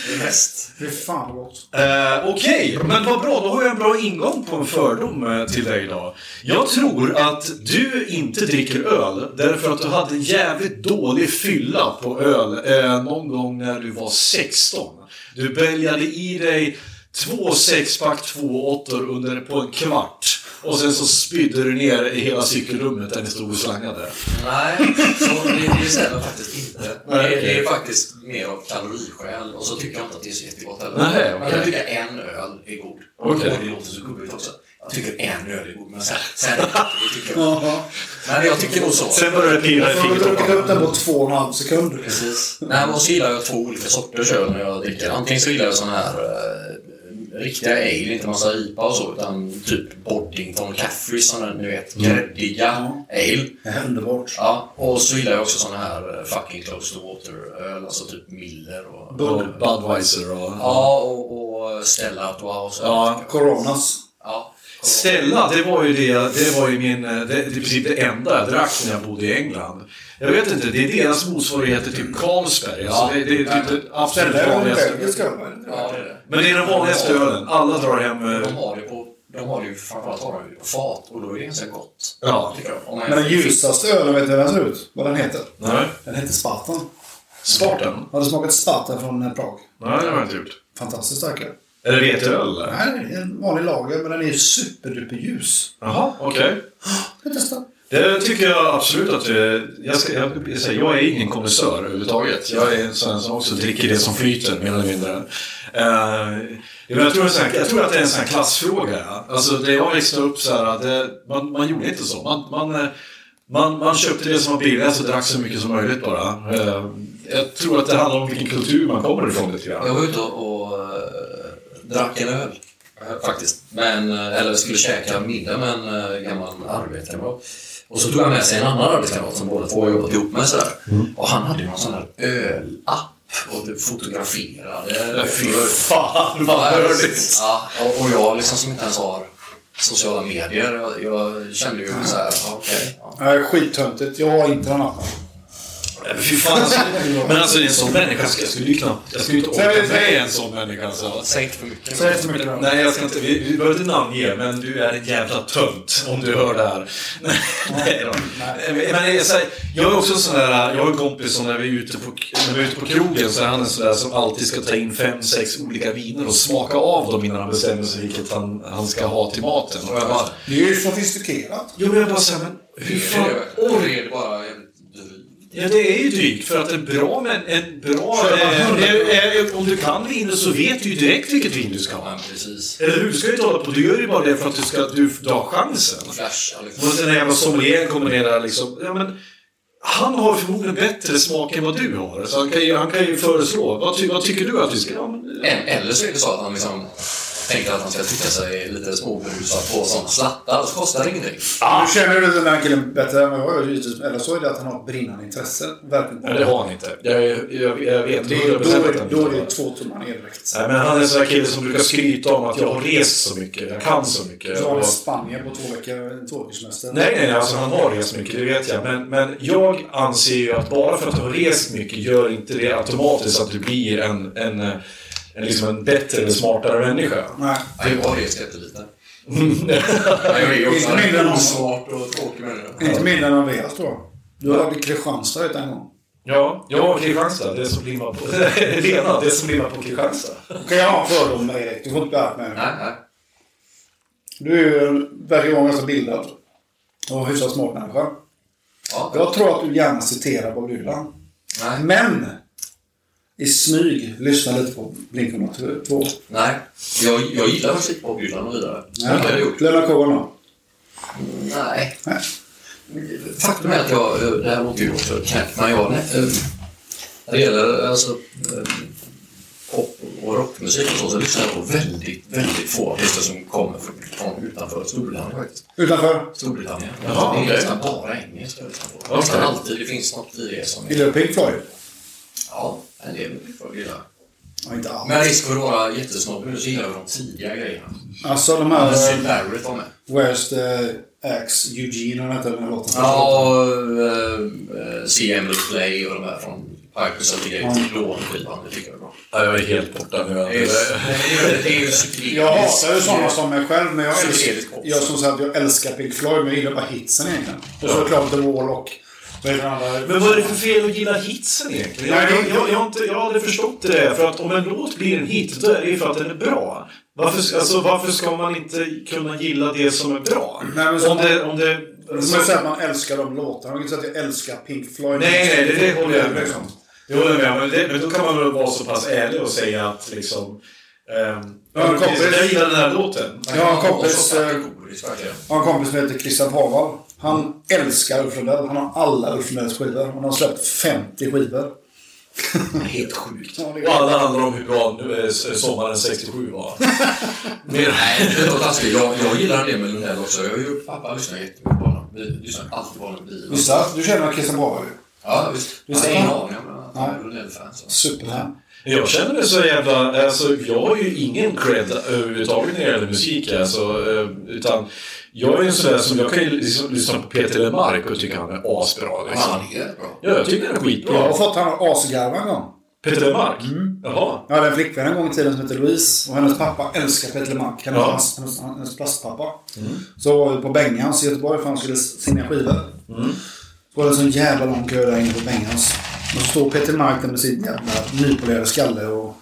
det är fest.
Fy fan vad gott.
Eh, Okej, men vad bra. Då har jag en bra ingång på en fördom eh, till dig idag. Jag tror att du inte dricker öl därför att du hade en jävligt dålig fylla på öl eh, någon gång när du var 16. Du bälgade i dig två sexpack två åttor under på en kvart. Och sen så spydde du ner i hela cykelrummet där ni stod och slangade.
Nej, så det, det stämmer faktiskt inte.
Nej,
det,
okej.
det är faktiskt mer av kaloriskäl och så tycker jag inte att det är så jättegott heller.
Nej, okej.
Men jag tycker en öl är god.
Okej.
Och det låter så gubbigt också. Jag tycker en öl är god, men sen...
[laughs]
sen det tycker jag. Men jag tycker nog så.
Sen började det pira i
För du druckit
fingertopparna.
upp den på två och en halv sekund.
Precis. Nej, men så gillar jag två olika sorters öl när jag dricker. Antingen så gillar jag sån här eh, riktiga ale, inte massa IPA och så, utan typ Boddington Caffrey, sån där, ni vet, gräddiga ale.
Underbart.
Ja, och så gillar jag också såna här eh, fucking close to water-öl, alltså typ Miller och...
Och Budweiser och...
Ja, och, och Stella Artois och så.
Ja.
Coronas.
ja.
Stella, det var ju det, det var ju min, eh, det, det är i princip det enda jag drack när jag bodde i England. Jag vet inte, det är deras motsvarigheter till Carlsberg. Alltså, det, det, det, är typ det
Det
absolut
är väl
vanligaste.
belgisk öl?
ja, det är det.
Men det är den vanligaste ölen. Alla drar hem...
De
eh,
har det på... De har det ju framförallt har de det på fat och då är det ganska gott.
Ja.
Tycker jag. Om man
Men den ljusaste ölen, vet du hur den ser ut? Vad den heter?
Nej.
Den heter Spartan.
Spartan?
Har du smakat Spartan från eh, Prag?
Nej, det har jag inte gjort.
Fantastiskt stark öl.
Är det veteöl? eller?
Nej, det är en vanlig lager, men den är ju superduper ljus.
Jaha, okej.
Jag testar.
Det tycker jag absolut att det, jag, ska, jag, jag, säger, jag är ingen konnässör överhuvudtaget. Jag är en sån som också dricker det som flyter, mer eller mindre. Eh, men jag, tror en sån här, jag tror att det är en sån här klassfråga. Alltså, det jag växte upp så här, det, man, man gjorde inte så. Man, man, eh, man, man köpte det som var billigast och drack så mycket som möjligt bara. Eh, jag tror att det handlar om vilken kultur man kommer ifrån lite
Jag
grann.
var ute och, och eh, drack en öl. eh, Faktiskt. Men, eh, eller skulle käka middag med en eh, gammal arbetskamrat. Och så tog han med sig en annan arbetskamrat som båda två har jobbat ihop med. Sådär.
Mm.
Och han hade ju någon sån här ölapp och typ fotograferade.
fan
Ja, ja, och- och jag liksom som inte ens har sociala medier. Jag, jag kände ju så här, ja, okej. ja.
Nej, skittöntigt. Jag har inte den appen.
Fy fan, alltså, men alltså en sån människa, ska- jag skulle ju knappt... Jag skulle ju inte orka med en sån människa. Alltså.
Säg inte för mycket.
Säg inte för mycket.
Nej, jag ska inte, vi, vi behöver inte namnge, men du är en jävla tönt om du hör det här. [laughs] Nej, nej då. Men jag, säger, jag är också en sån där, jag har en kompis som när vi är ute på, när vi är ute på krogen så är han en sån där som alltid ska ta in fem, sex olika viner och smaka av dem innan han bestämmer sig vilket han, han ska ha till maten. Och jag bara,
Det är ju sofistikerat.
jo men jag bara säger, men hur fan
Och det är bara jävligt drygt.
Ja, det är ju drygt för att en bra... Men, en bra eh, eh, eh, om du kan viner så vet du ju direkt vilket vin du ska ha.
Ja, precis.
Eller hur? Du ska ju inte hålla på. Du gör ju bara det för att du ska du, du har chansen.
Flasha liksom.
Och den här jävla sommelieren kommer ner där liksom. Ja, men, han har förmodligen bättre smak än vad du har. Så han kan ju, han kan ju föreslå. Vad, ty, vad tycker du att vi ska... Ja, men,
En- Eller så är det så att han liksom tänkte att han ska tycka sig lite småberusad på sådana slattar. Så kostar det ingenting.
Nu känner du den här killen bättre än vad jag gör givetvis. Eller så är det att han har ett brinnande intresse. Verkligen.
Nej, det har han inte. Jag, jag, jag, jag vet.
Det är, då, är, det- då är det två tummar ner direkt.
Nej, men han är en sån där kille som brukar skryta om att jag har rest så mycket. Jag kan så mycket.
Så har vi
Och-
Spanien på två veckor, två veckors semester.
Nej, nej, nej, alltså han har rest mycket, det vet jag. Men, men jag anser ju att bara för att du har rest mycket gör inte det automatiskt att du blir en, en, eh, en, liksom en bättre eller smartare människa.
Nej.
Ja, Jag har rest jättelite. Jag är ju också
Inte mindre än
en
honom.
osmart och tråkig människa.
Inte mindre än Andreas tror jag. Du har varit i Kristianstad vet jag en gång.
Ja, jag var i Kristianstad. Det som limmar [laughs] på... Lena, det som limmar på Kristianstad.
Kan jag ha en fördom med Erik? Du får inte bli arg med mig.
Nej, nej.
Du är ju, verkar vara ganska bildad. Och hyfsat smart människa.
Ja,
Jag tror att du gärna citerar Bob Dylan.
nej.
Men! I smyg, lyssna lite på Blink 182.
nej. Jag, jag gillar faktiskt inte popgyllan och vidare. Nej. Det har jag gjort.
Leonard Cohen då?
Nej.
Nej.
Faktum är att jag, eh, det här låter ju också knäppt, men jag, eh, när det gäller alltså, eh, pop och rockmusik och så, så lyssnar jag på väldigt, väldigt få artister som kommer från- från utanför Storbritannien faktiskt.
Utanför?
Storbritannien.
Jaha,
det är
okej.
nästan bara engelska jag lyssnar på. Nästan
Okej.
alltid. Det finns något i det som...
Gillar du Pink Floyd?
Ja, en del folk gillar.
Ja, inte alls.
Med risk för att vara jättesnobbig nu så gillar jag de tidiga grejerna.
Alltså de här...
Sid Barrett var med.
Where's the Axe? Eugene eller vad hette den här låten?
Ja, och eh, CM The Play och de här från Pipers of the Gate. Lånskivan, det tycker jag är bra.
Ja, jag är helt borta nu.
Det är ju- det är ju psykedeliskt.
Jag hatar ju sådana som mig själv, men jag,
Det är
älskar,
väldigt gott.
jag som sagt, jag älskar Pink Floyd, men jag gillar bara hitsen egentligen. Och så klart The Wall och... Vad heter den andra?
Men vad är det för fel att gilla hitsen egentligen? Jag, jag, jag, jag, har inte, jag har aldrig förstått det. där, För att om en låt blir en hit, då är det ju för att den är bra. Varför, alltså, varför ska man inte kunna gilla det som är bra?
Nej, men så-
om det... Om det
Man
så-
kan säga att man älskar de låtarna. Man kan inte säga att jag älskar Pink Floyd.
nej, nej, det, det håller jag med
Liksom.
om. Det håller jag med om. Men, det, men då kan man väl vara så pass ärlig och säga att liksom... ehm,
Ja,
precis,
kompis.
jag gillar den här låten.
Jag har en kompis,
Så
eh,
kategoriskt verkligen.
jag har en kompis som heter Christian Pavall. Han älskar Ulf Lundell. Han har alla Ulf Lundells skivor. Han har släppt 50 skivor.
Helt sjukt.
Ja, det är-
Och alla handlar om hur bra nu, eh, s- sommaren 67 var. Mer-
Nej, det var taskigt. Jag, jag gillar det med Lundell också. Jag har ju pappa lyssnar jättemycket på honom. Vi lyssnar alltid på honom i bilen.
Visst, ja, du känner Christian Pavall ju.
Ja, visst.
Du
Jag har
ser
ingen
han.
aning om att han är Lundell-fan. så.
Superfan.
Jag känner mig så jävla... Alltså, jag har ju ingen cred överhuvudtaget när det gäller musik. Alltså, eh, utan jag är ju sådär som... Jag kan ju liksom, lyssna på Peter Lemark och tycka han är asbra.
Ja,
Liksom.
Han är rätt bra.
Ja, jag tycker han är
Jag har
skitbra.
fått han att asgarva en gång.
Peter Lemark? Jaha.
Jag hade en flickvän en gång i tiden som hette Louise och hennes pappa älskar Peter Lemark. Hennes,
Ja.
hans- hennes, hennes plastpappa. Så var vi på Bengans i Göteborg för han skulle signa skivor. Så var det en sån jävla lång kö där inne på Bengans. Och så står Peter Lemark där med sin jävla nypolerade skalle och...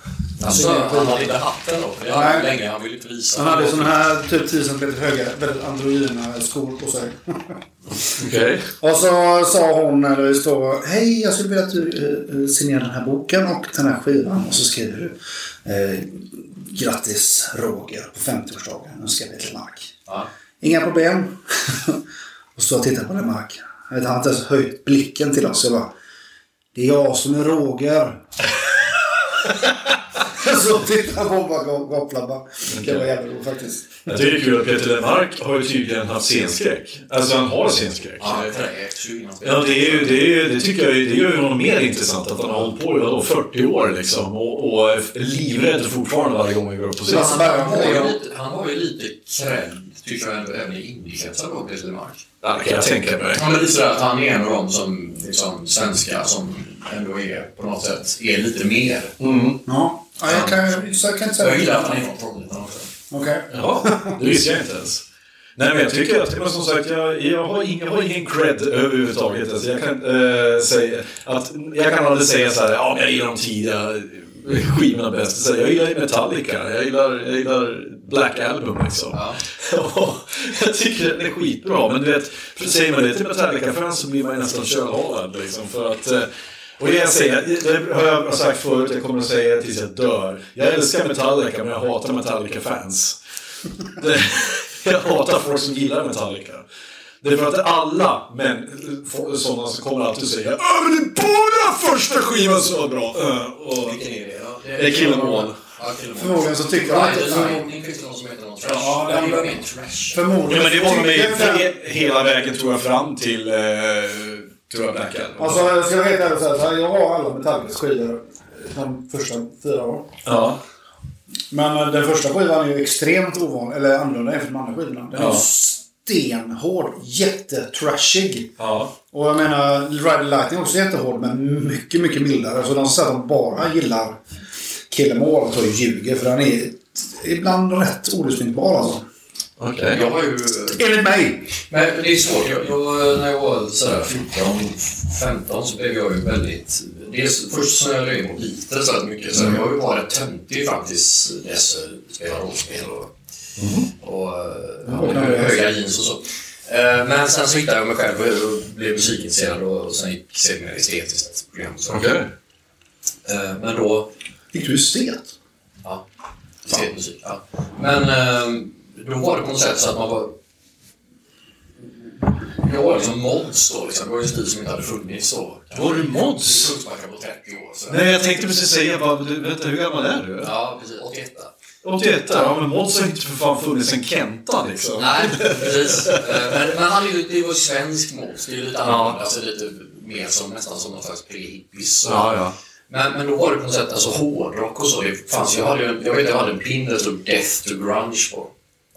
Alltså, han hade inte hatten då. Det var
Nej.
länge. Han ville inte visa.
Han hade sån här typ 10 cm höga, väldigt androgyna skor på sig.
Okej.
och så sa hon när vi stod Hej, jag skulle vilja att du eh, eh, signerar den här boken och den här skivan. Och så skriver du eh, Grattis Roger på 50-årsdagen. Önskar Peter Lemark.
Ja.
Inga problem. [laughs] och så tittar jag på den Mark. Jag vet, han har inte ens höjt blicken till oss. Jag bara, det är jag som är Roger. [laughs] så tittar han på mig och gafflar bara. Det var jävligt roligt faktiskt.
Jag tycker det är kul att Peter Lemark har ju tydligen haft scenskräck. Alltså, han har scenskräck.
Han är träägt. 20 innan spelet.
Ja, det, är ju, det, är ju, det tycker jag ju- det gör ju honom mer intressant att han har hållit på i vadå, 40 år liksom och, och är livrädd fortfarande varje gång vi går upp på scen.
Ja.
Han, han, var ju lite, han var ju lite krädd, tycker jag, ändå, även i indiekretsar då, Peter Lemark.
Ja, det kan jag tänka mig.
Han är lite sådär att han är en av de som, liksom, svenskar som ändå är, på något sätt, är lite mer.
Ja, ja jag, kan, så jag kan inte säga
Jag gillar att han är från Trollhättan också.
Okej.
Ja, det visste jag inte ens. Nej, men jag tycker att, men som sagt, jag, jag, har, ingen, jag har ingen cred överhuvudtaget. Alltså, jag, kan, eh, säga att, jag kan aldrig säga så här, ja, men jag gillar de tidiga skivorna bäst. Så, här, jag gillar ju Metallica, jag gillar, jag gillar Black Album liksom.
Ja.
[laughs] Och jag tycker den är skitbra, men du vet, för säger man det till Metallica-fans så blir man ju nästan kölhalad liksom, för att eh, och det jag säger, det har jag sagt förut, jag kommer att säga det tills jag dör. Jag älskar Metallica, men jag hatar Metallica-fans. Det, [laughs] jag hatar folk som gillar Metallica. Det är för att alla män, få- sådana som kommer alltid säga "Åh, men det är bara första skivan som var bra! Eh, Och,
Vilken är det? Ja,
Det är Killemall.
Ja, Killemall.
Förmodligen så tycker jag
Ride
inte-
the Lightning finns det någon som heter någon trash.
Ja,
det är
den-
ju mer trash.
ja,
Förmodligen.
men det var de
Tycker jag-
he- hela vägen, tror jag, fram till, eh, tror jag, Black Album.
Alltså, jag ska vara helt ärlig och säga så här. Jag har alla Metallicas skivor de första fyra åren.
Ja.
Men eh, den första skivan är ju extremt ovanlig, eller annorlunda jämfört med de andra skivorna. Den är
Ja.
stenhård, jättetrashig.
ja. the
Och jag menar, Ride Lightning är också jättehård men mycket, mycket mildare. Så de som säger att de bara gillar Kill Em All tror jag ljuger för den är ibland rätt olyssningsbar alltså.
Okej.
Jag har ju...
Enligt mig!
Men det är svårt. Jag, jag, när jag var sådär 14, 15 så blev jag ju väldigt... Dels, först snöade jag in på Beatles väldigt mycket.
Mm.
Så jag var ju bara rätt töntig fram tills dess jag spelade rollspel och,
Mm.
och, eh, och höga jeans och så. Eh, Men sen så hittade jag mig själv och och blev musikintresserad och och sen gick jag mer estetiskt program. och så. Eh, Men då...
Gick du estet?
Ja, musik. Ja. Men ehm, då var det på något sätt så att man var... Jag var liksom mods då. Liksom. Det var ju en stil som inte hade funnits då.
Var du
I
mods?
Kungsbacka på 30 år. Så.
Nej, jag tänkte precis säga, vad, du, vänta, hur gammal är du?
Ja, precis. 81.
81, ja men Måns har inte för fan funnits en Kenta liksom.
Nej, precis. Eh, Men, men han är ju, det var ju svensk mos. Det är ju lite annorlunda. Alltså lite mer som nästan som någon slags pre-hippies.
Ja, ja.
Men, men då var det på något sätt alltså, hårdrock och så. Det fanns, jag, hade, ju en- jag vet jag hade en pin där det stod Death to Grunge på.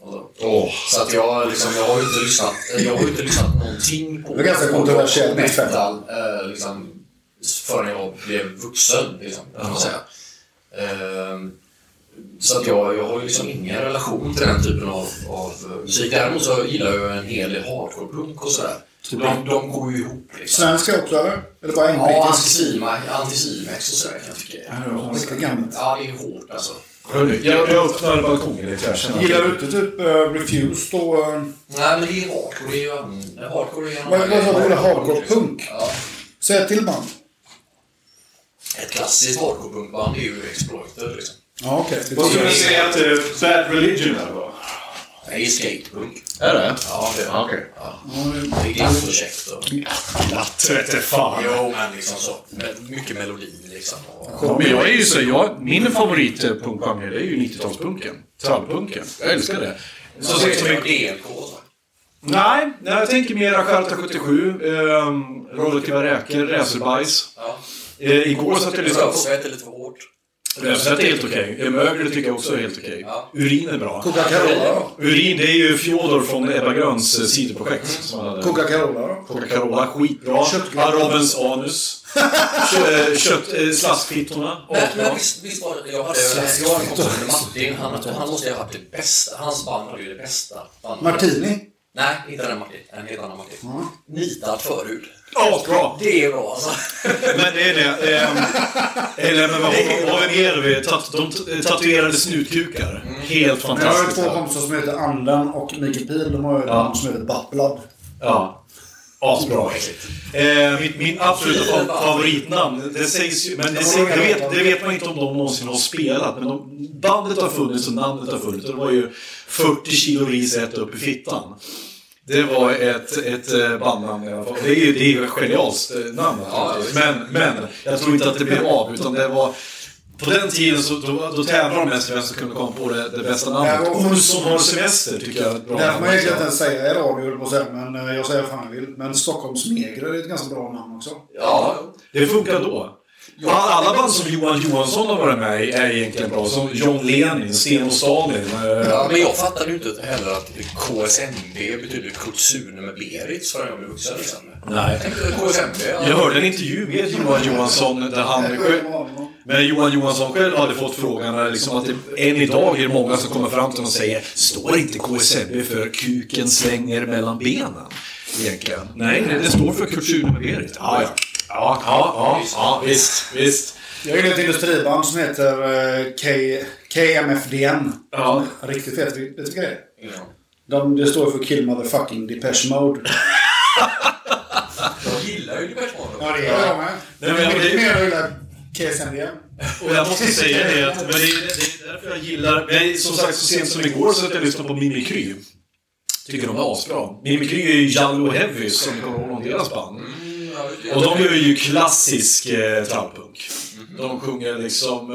Alltså,
Åh.
Så att jag, liksom, jag har ju inte lyssnat, eh, jag har ju inte lyssnat någonting på
Det är ganska
på
kontroversiellt, men-
metal eh, liksom, förrän jag blev vuxen. Liksom, kan man säga. Ehm, så att jag, jag har ju liksom ingen relation till den typen av, av eh, musik. Däremot så gillar jag ju en hel del hardcore-punk och sådär. De, de går ju ihop. Liksom.
Svenska också eller? Eller bara
Ja,
engelsk?
antisima- antisimax och sådär kan jag tycka.
Ja, riktigt gammalt.
Ja, det är hårt alltså.
Hörru, jag, jag öppnar balkongen lite här. känner jag.
Gillar du inte typ uh, Refused och... eh,
Nej, men det är hardcore. Det är ju an- hardcore. är en
Vad-
annan
vad sa
grej.
du? Det är hardcore-punk?
Ja.
Säg ett till band.
Ett klassiskt hardcore-punkband är ju Exploiter liksom.
Ja, okej.
Vad skulle du säga att eh, Bad Religion är då?
Nej, skatepunk.
Är det?
Ja, det
Ja, okej.
Ja. Det är glatt och käckt. och-
Glatt vete fan.
Jo, men liksom så. Med mycket melodi liksom. Och...
Ja, men jag är ju så, jag, min favorit eh, punkgenre det är ju 90-talspunken. Trallpunken. Jag älskar det. Så
Så
sent som
liksom
i-
DLK och så.
Nej, nej, jag tänker mera Charta 77, ehm, Radioaktiva räkor, Racerbajs.
Ja.
Eh, igår satt jag och lyssnade på...
Rövsvett är lite för hårt.
Rövsvett är helt okej. Eh, Mögel tycker jag också är helt okej.
Ja.
Urin är bra.
Coca-Carola då?
Urin, det är ju Fjodor från Ebba Gröns eh, sidoprojekt. Som han hade.
Coca-Cola då?
Coca-Cola, skitbra.
Köttglass.
Arobens anus. Kö- eh, Kött... eh, Slaskfittorna.
Men,
Apbra.
men visst, visst var det... Jag hade jag har en kompis med Martin. [laughs] Han, han måste ju ha haft det bästa. Hans band hade ju det bästa. bandet.
Martini?
Nej, inte den Martin. En helt annan Martin. Nitad förhud.
Apbra.
Det är bra alltså.
Men det är det. ehm, Eller men vad vad har vi mer? Vi har tatt- De t- tatuerade snutkukar. Helt
Men Mm. jag har ju
fantastiskt.
två kompisar som heter Anden och Mikael Pihl. De har ju
Ja.
någon som heter Bapplad.
Ja. Asbra. Eh, mitt, min absoluta fa- favoritnamn, det sägs ju, men det, sägs, det, vet, det vet man inte om de någonsin har spelat, men de, bandet har funnits och namnet har funnits. Och det var ju 40 kilo ris rätt upp i fittan. Det var ett, ett eh, bandnamn i alla fall. Det är ju det är ju ett genialt eh, namn naturligtvis. men, men jag tror inte att det blev av, utan det var... På den tiden så då, då tävlade de mest i vem som kunde komma på det, det bästa namnet.
Ja, och-
Olsson har semester tycker jag är ett bra
Det här får man
namn.
egentligen inte ens säga i radio, höll på att säga, men eh, jag säger vad fan jag vill. Men Stockholms Negrer är ett ganska bra namn också.
Ja, det funkar då.
Ja.
Alla band som Johan Johansson har varit med i är egentligen bra. Som John Lenin, Sten och Stalin. eh,
Ja, men jag fattade ju inte heller att KSMB betyder Kurt Sune med Berits förrän jag blev vuxen. Liksom.
Nej.
Jag tänkte, KSMB,
Jag
ja.
hörde en intervju med Johan Johansson där han
Nej,
själv,
vad var det då?
men Johan Johansson själv hade fått frågan eh, liksom att det, än idag är det många som kommer fram till honom och säger Står inte KSMB för kuken slänger mellan benen? Egentligen. Nej, nej, det står för Kurt Sune med Berit. Ja, ja. Ja, ja, ja, ja, visst, visst.
Jag gillar ett industriband som heter eh, K- KMFDM.
Ja.
Riktigt fet, vet du grej.
Ja.
De, det står för Kill Motherfucking Depeche Mode.
Jag gillar ju Depeche Mode.
Ja, det gör jag med.
Nej, men jag-
Mycket mer jag gillar KSMDM.
Och jag måste säga det att, men det är, det är därför jag gillar... Men som sagt, så sent som igår så att jag lyssnade på Mimikry. Tycker de är asbra. Mimikry är ju Jallo Heavy, som ni kommer ihåg om deras band. Och de gör ju klassisk eh, trallpunk. De sjunger liksom...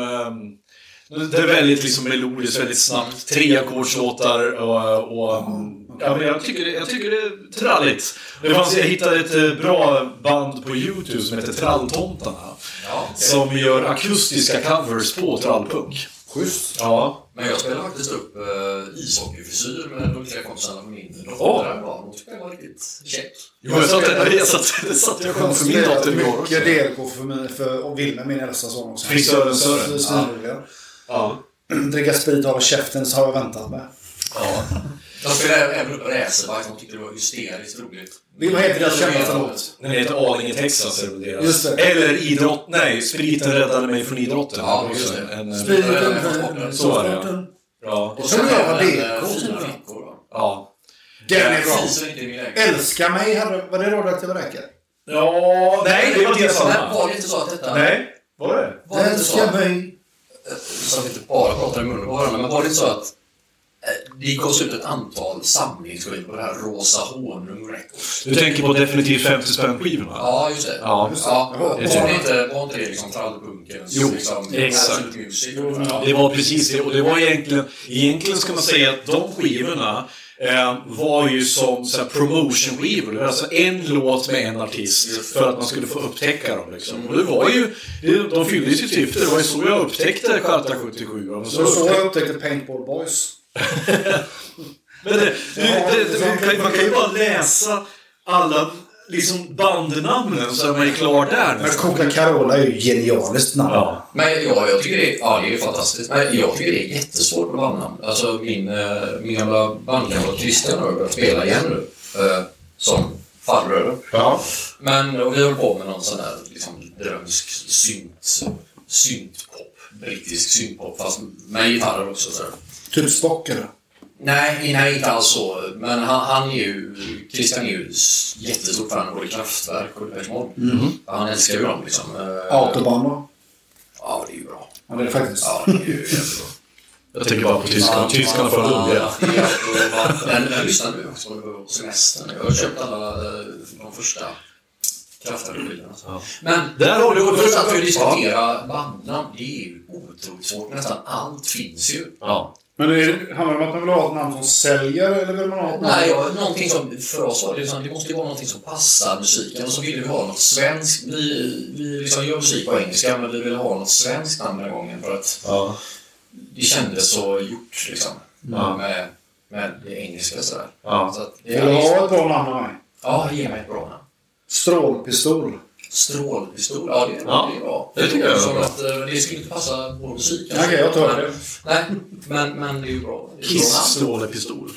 ehm, det är väldigt liksom melodiskt, väldigt snabbt. Treackordslåtar och... och ja, men jag, tycker det, jag tycker det är tralligt. Det fanns, jag hittade ett eh, bra band på YouTube som heter Tralltomtarna.
Ja, okej.
Som gör akustiska covers på trallpunk.
Schysst.
Ja.
Men jag spelade faktiskt upp uh, ishockeyfrisyr med de tre kompisarna på min dotter.
Åh.
där var. De tyckte jag var riktigt käck.
Jo, jag satt jag satt- jag satt jag sjöng för min dotter igår också.
Mycket DLK för mig, för, och Wilhelm, min äldsta son också.
Frisören Sören.
Så- svinroliga.
Ja.
Dricka sprit och hålla käften, så har jag väntat med.
Ja. De spelade även upp Racerback. De tyckte det var hysteriskt roligt.
Vill- vad heter deras kändaste låt?
Den heter Alinge, Texas. är väl deras.
Just det.
Eller idrott... Nej, spriten räddade mig från idrotten.
Ja,
Också
just det.
En, eh,
Sprit
Ja,
utanför
jag har fått den.
Så var det, ja.
starten.
bra.
Och
tror jag var
även,
det.
eh, Fina flickor. va?
Ja.
Den är bra.
Precis, och inte i min lägenhet.
Älska mig, hade, var det radioaktiva räkor?
Ja, nej, det var inte
Men
samma.
var det inte så att detta...
Nej, var det?
Var det inte så
mig.
så att vi inte bara pratar i munnen på varandra, men var det inte så att eh, det gavs ut ett antal samlingsskivor på det här Rosa Honung Records.
Du tänker på definitivt 50 spänn skivorna?
Ja, just det.
Ja.
Ja,
Ja,
var det inte, var inte det liksom trallpunkens
Jo,
liksom,
exakt.
Absolute Music? Ja.
Det var precis det. Och det var egentligen, egentligen ska man säga att de skivorna eh, var ju som så här, promotion-skivor. Det var alltså en låt med en artist för att man skulle få upptäcka dem. Liksom. Och det var ju, det, de fyllde ju sitt syfte. Det var ju så jag upptäckte Charta 77. Och så
Så, så
upptäckte,
jag upptäckte Paintball Boys.
men det, det, det, det, man, kan, man kan ju bara läsa alla liksom, bandnamnen så är man ju klar där.
Men Coca Carola är ju genialiskt namn.
Ja.
Men ja, jag tycker det är, ja, det är fantastiskt. Men jag tycker det är jättesvårt med bandnamn. Alltså min, eh, min gamla bandkamrat Christian har börjat spela igen nu. Eh, som farbröder.
Ja.
Men och vi höll på med någon sån här liksom, drömsk synt, syntpop. Brittisk syntpop, fast med gitarrer också. Så. här.
Typ Spock eller?
Nej, nej, inte alls så. Men han, han är ju, Christian är ju s- jättestort fan av både Kraftwerk och Depeche Mode. Han älskar ju dem liksom. Eh,
Autobahn då?
Ja, det är ju bra.
Ja, det är det faktiskt.
Ja, det är ju jättebra.
Jag tänker bara på Tyskland. Tyskland är för roliga.
Den jag eh, lyssnade nu också på semestern. Jag har köpt alla eh, de första Kraftwerk-skivorna. Men
Där har du-
och då satt vi och diskuterade bandnamn. Det är ju otroligt svårt. Nästan allt finns ju.
Ja.
Men är det, handlar det om att man vill ha ett namn som säljer eller vill man ha ett namn?
Nej, jag, någonting som, för oss var det liksom, det måste ju vara någonting som passar musiken. Och så ville vi ha något svenskt. Vi, vi liksom gör musik på engelska, men vi ville ha något svenskt namn den här gången för att
Ja.
det kändes så gjort liksom.
Ja.
Med, med det engelska sådär.
Mm. Ja.
Så att,
Vill du ha ett bra namn av mig?
Ja, ge mig ett bra namn.
Strålpistol.
Strålpistol, ja det,
Ja,
det är bra.
det tycker jag är
Som
bra.
Att, eh, det skulle inte passa vår musik. alltså.
Okej, jag tar det.
Nej, men, men det är ju bra. Det är ju bra
Kiss,
namn.
stråle, pistol.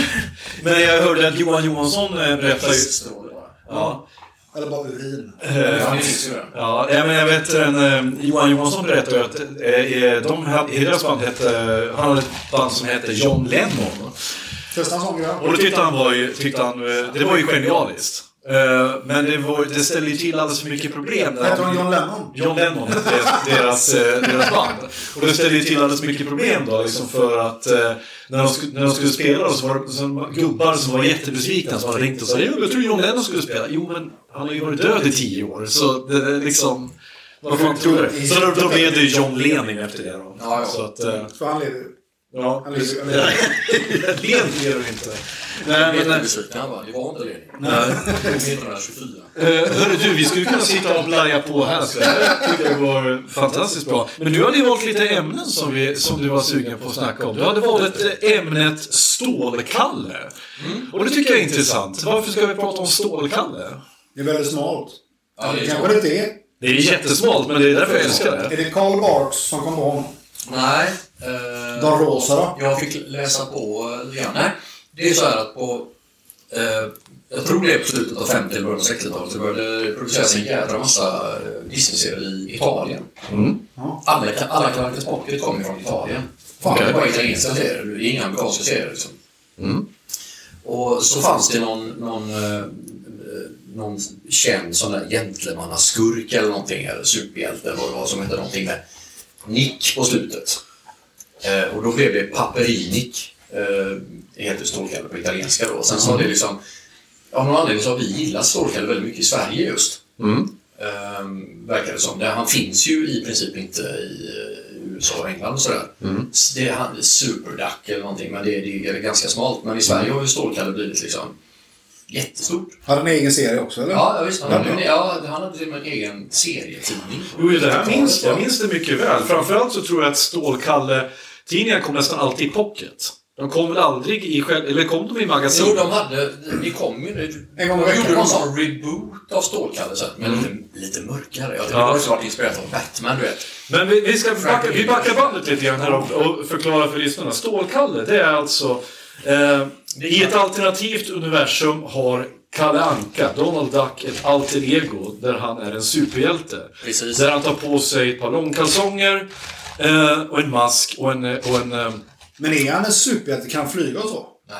[laughs] Men jag hörde att Johan Johansson eh, berättade ju...
Stråle bara.
Ja,
Eller bara urin.
Eh.
Ja, det finns ju det.
ja, ja, men jag vet en, eh, Johan Johansson berättade ju att eh, eh, de hade, i deras band hette, han hade ett band som hette John Lennon.
Testa en sån grej.
Och då tyckte han, var ju, tyckte han eh, det var ju genialiskt. Eh, Men det, var, det ställde ju till alldeles för mycket problem. när
Hette
han-
hon John Lennon?
John Lennon, deras, deras, eh, deras band. Och det ställde ju till alldeles mycket problem då, liksom för att eh, när, de skulle, när de skulle spela då, så var det så gubbar som var jättebesvikna som hade ringt och sa "Jo, jag tror John Lennon skulle spela. Jo, men han har ju varit död i tio år, så det, det, liksom... Vad fan tror du? Så då, då blev det ju John Lenin efter det då.
Ja, ja.
Så att, eh,
För han lever ju.
ja.
Han lever ju. han lever
[laughs]
ju.
Lenin lever inte.
Jag
Nej,
blev
men, eh,
besviken, han bara, det var inte Lenin. Nej.
[laughs]
1924.
Eh, Hörru du, vi skulle kunna sitta och blaja på här. Så jag tyckte det var fantastiskt bra. Men du hade ju valt lite ämnen som, vi, som du var sugen på att snacka om. Du hade valt eh, ämnet Stålkalle. Och det tycker jag är intressant. Varför ska vi prata om Stålkalle?
Det är väldigt smalt.
Ja, det är
kanske det inte är.
Det är jättesmalt, men det är därför jag älskar det.
Är det Carl Barks som kom på honom?
Nej. eh,
De rosa då?
Jag fick läsa på eh, lite grann. Nej, det är så här att på... Eh, jag tror det är på slutet av 50 eller början av 60-talet så började det produceras en jädra massa eh, Disney-serier i Italien.
Ja.
Alla, alla Clarkes Pocket kommer ju från Italien. Fan,
Okej.
Det var italienska serier, det är inga amerikanska serier. Liksom. Och så fanns det någon, någon, eh, eh, någon känd sån där gentlemannaskurk eller någonting, eller superhjälte eller vad det var, som hette någonting med Nick på slutet. Eh, och då blev det Paperinic. Eh, det heter stålkalle på italienska då. Sen så har det liksom... Av någon anledning så har vi gillat stålkalle väldigt mycket i Sverige just. Ehm, verkar det som. Det, han finns ju i princip inte i eh, USA och England och sådär. S- Det är han, superduck eller någonting, men det, det är ganska smalt. Men i Sverige har ju stålkalle blivit liksom jättestort.
Hade en egen serie också eller?
Ja, ja visst. Han, hade- ja, han hade till och med en egen serietidning.
Jo, det här minns jag. minns det mycket väl. Framförallt så tror jag att Stålkalle-tidningar kom nästan alltid i pocket. De kom väl aldrig i själv... Eller kom de i magasin?
Jo, de hade... Det kom ju nu.
En gång i
De
veckan.
gjorde någon sån reboot av Stålkalle, så att- men lite, lite mörkare. Jag tror
Mm. Ja.
det har också varit inspirerat av Batman, du vet.
Men vi, vi ska backa, vi backar bandet lite grann här och, och förklara för lyssnarna. Stålkalle, det är alltså... Eh, I ett alternativt universum har Kalle Anka, Donald Duck, ett alter ego där han är en superhjälte.
Precis.
Där han tar på sig ett par långkalsonger eh, och en mask och en... Och en eh,
Men är han en superhjälte? Kan han flyga och så?
Nej.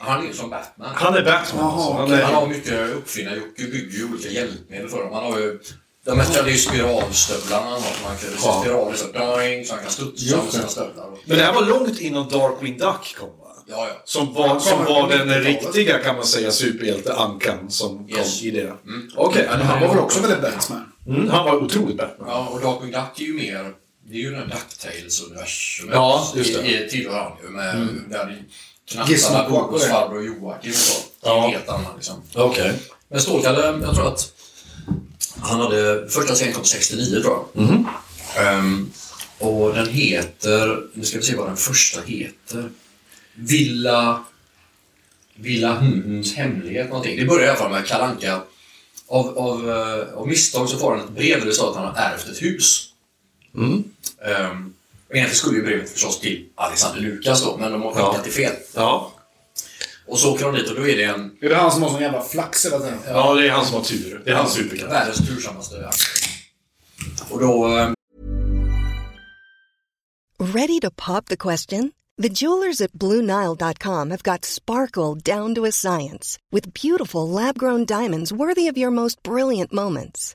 Han är ju som Batman.
han är Batman.
Jaha,
alltså. han
okej.
är,
Han har mycket uppfinnar-Jocke, bygger ju olika hjälpmedel för dem. Han har ju Jag mättade ju spiralstövlarna och sånt. Man kunde
Ja.
ja. spiraler så, doing, så man kan studsa med sina stövlar. och-
Men det här var långt innan Darkwing Duck kom va?
Ja, ja.
Som var, som var den riktiga kan man säga superhjälte-ankan som
Yes. Mm.
kom i det. Okej.
Men
Han var väl också väldigt Batman?
Mm, han var otroligt bra.
Ja, och Darkwing Duck är ju mer... Det är ju den Ducktails-universumet.
Ja, just det. Mm.
I, i, tillhör han ju med... Där
Gizmo
knattarna
Quack
bor
var
hos
det.
farbror Joakim och så.
Ja.
Ja. En helt annan liksom.
Okej.
Men Stålkalle, jag tror att han hade... Första serien kom 69 tror jag. Ehm, och den heter... Nu ska vi se vad den första heter. Villa... Villa Hundens hemlighet någonting. Det börjar i alla fall med Kalle Anka. Av, av, eh, av misstag så får han ett brev där det står att han har ärvt ett hus. Ehm, och egentligen skulle ju brevet förstås till Alexander Lukas då, men de har skickat
Ja.
det fel.
Ja.
Och så åker de dit och då är det en
Är det han som har sån jävla flax hela tiden?
ja, det är han som har tur. Det är hans superkraft.
Världens tursammaste aktie. Och då... eh,
Ready to pop the question? The jewelers at BlueNile.com have got sparkle down to a science with beautiful lab grown diamonds worthy of your most brilliant moments.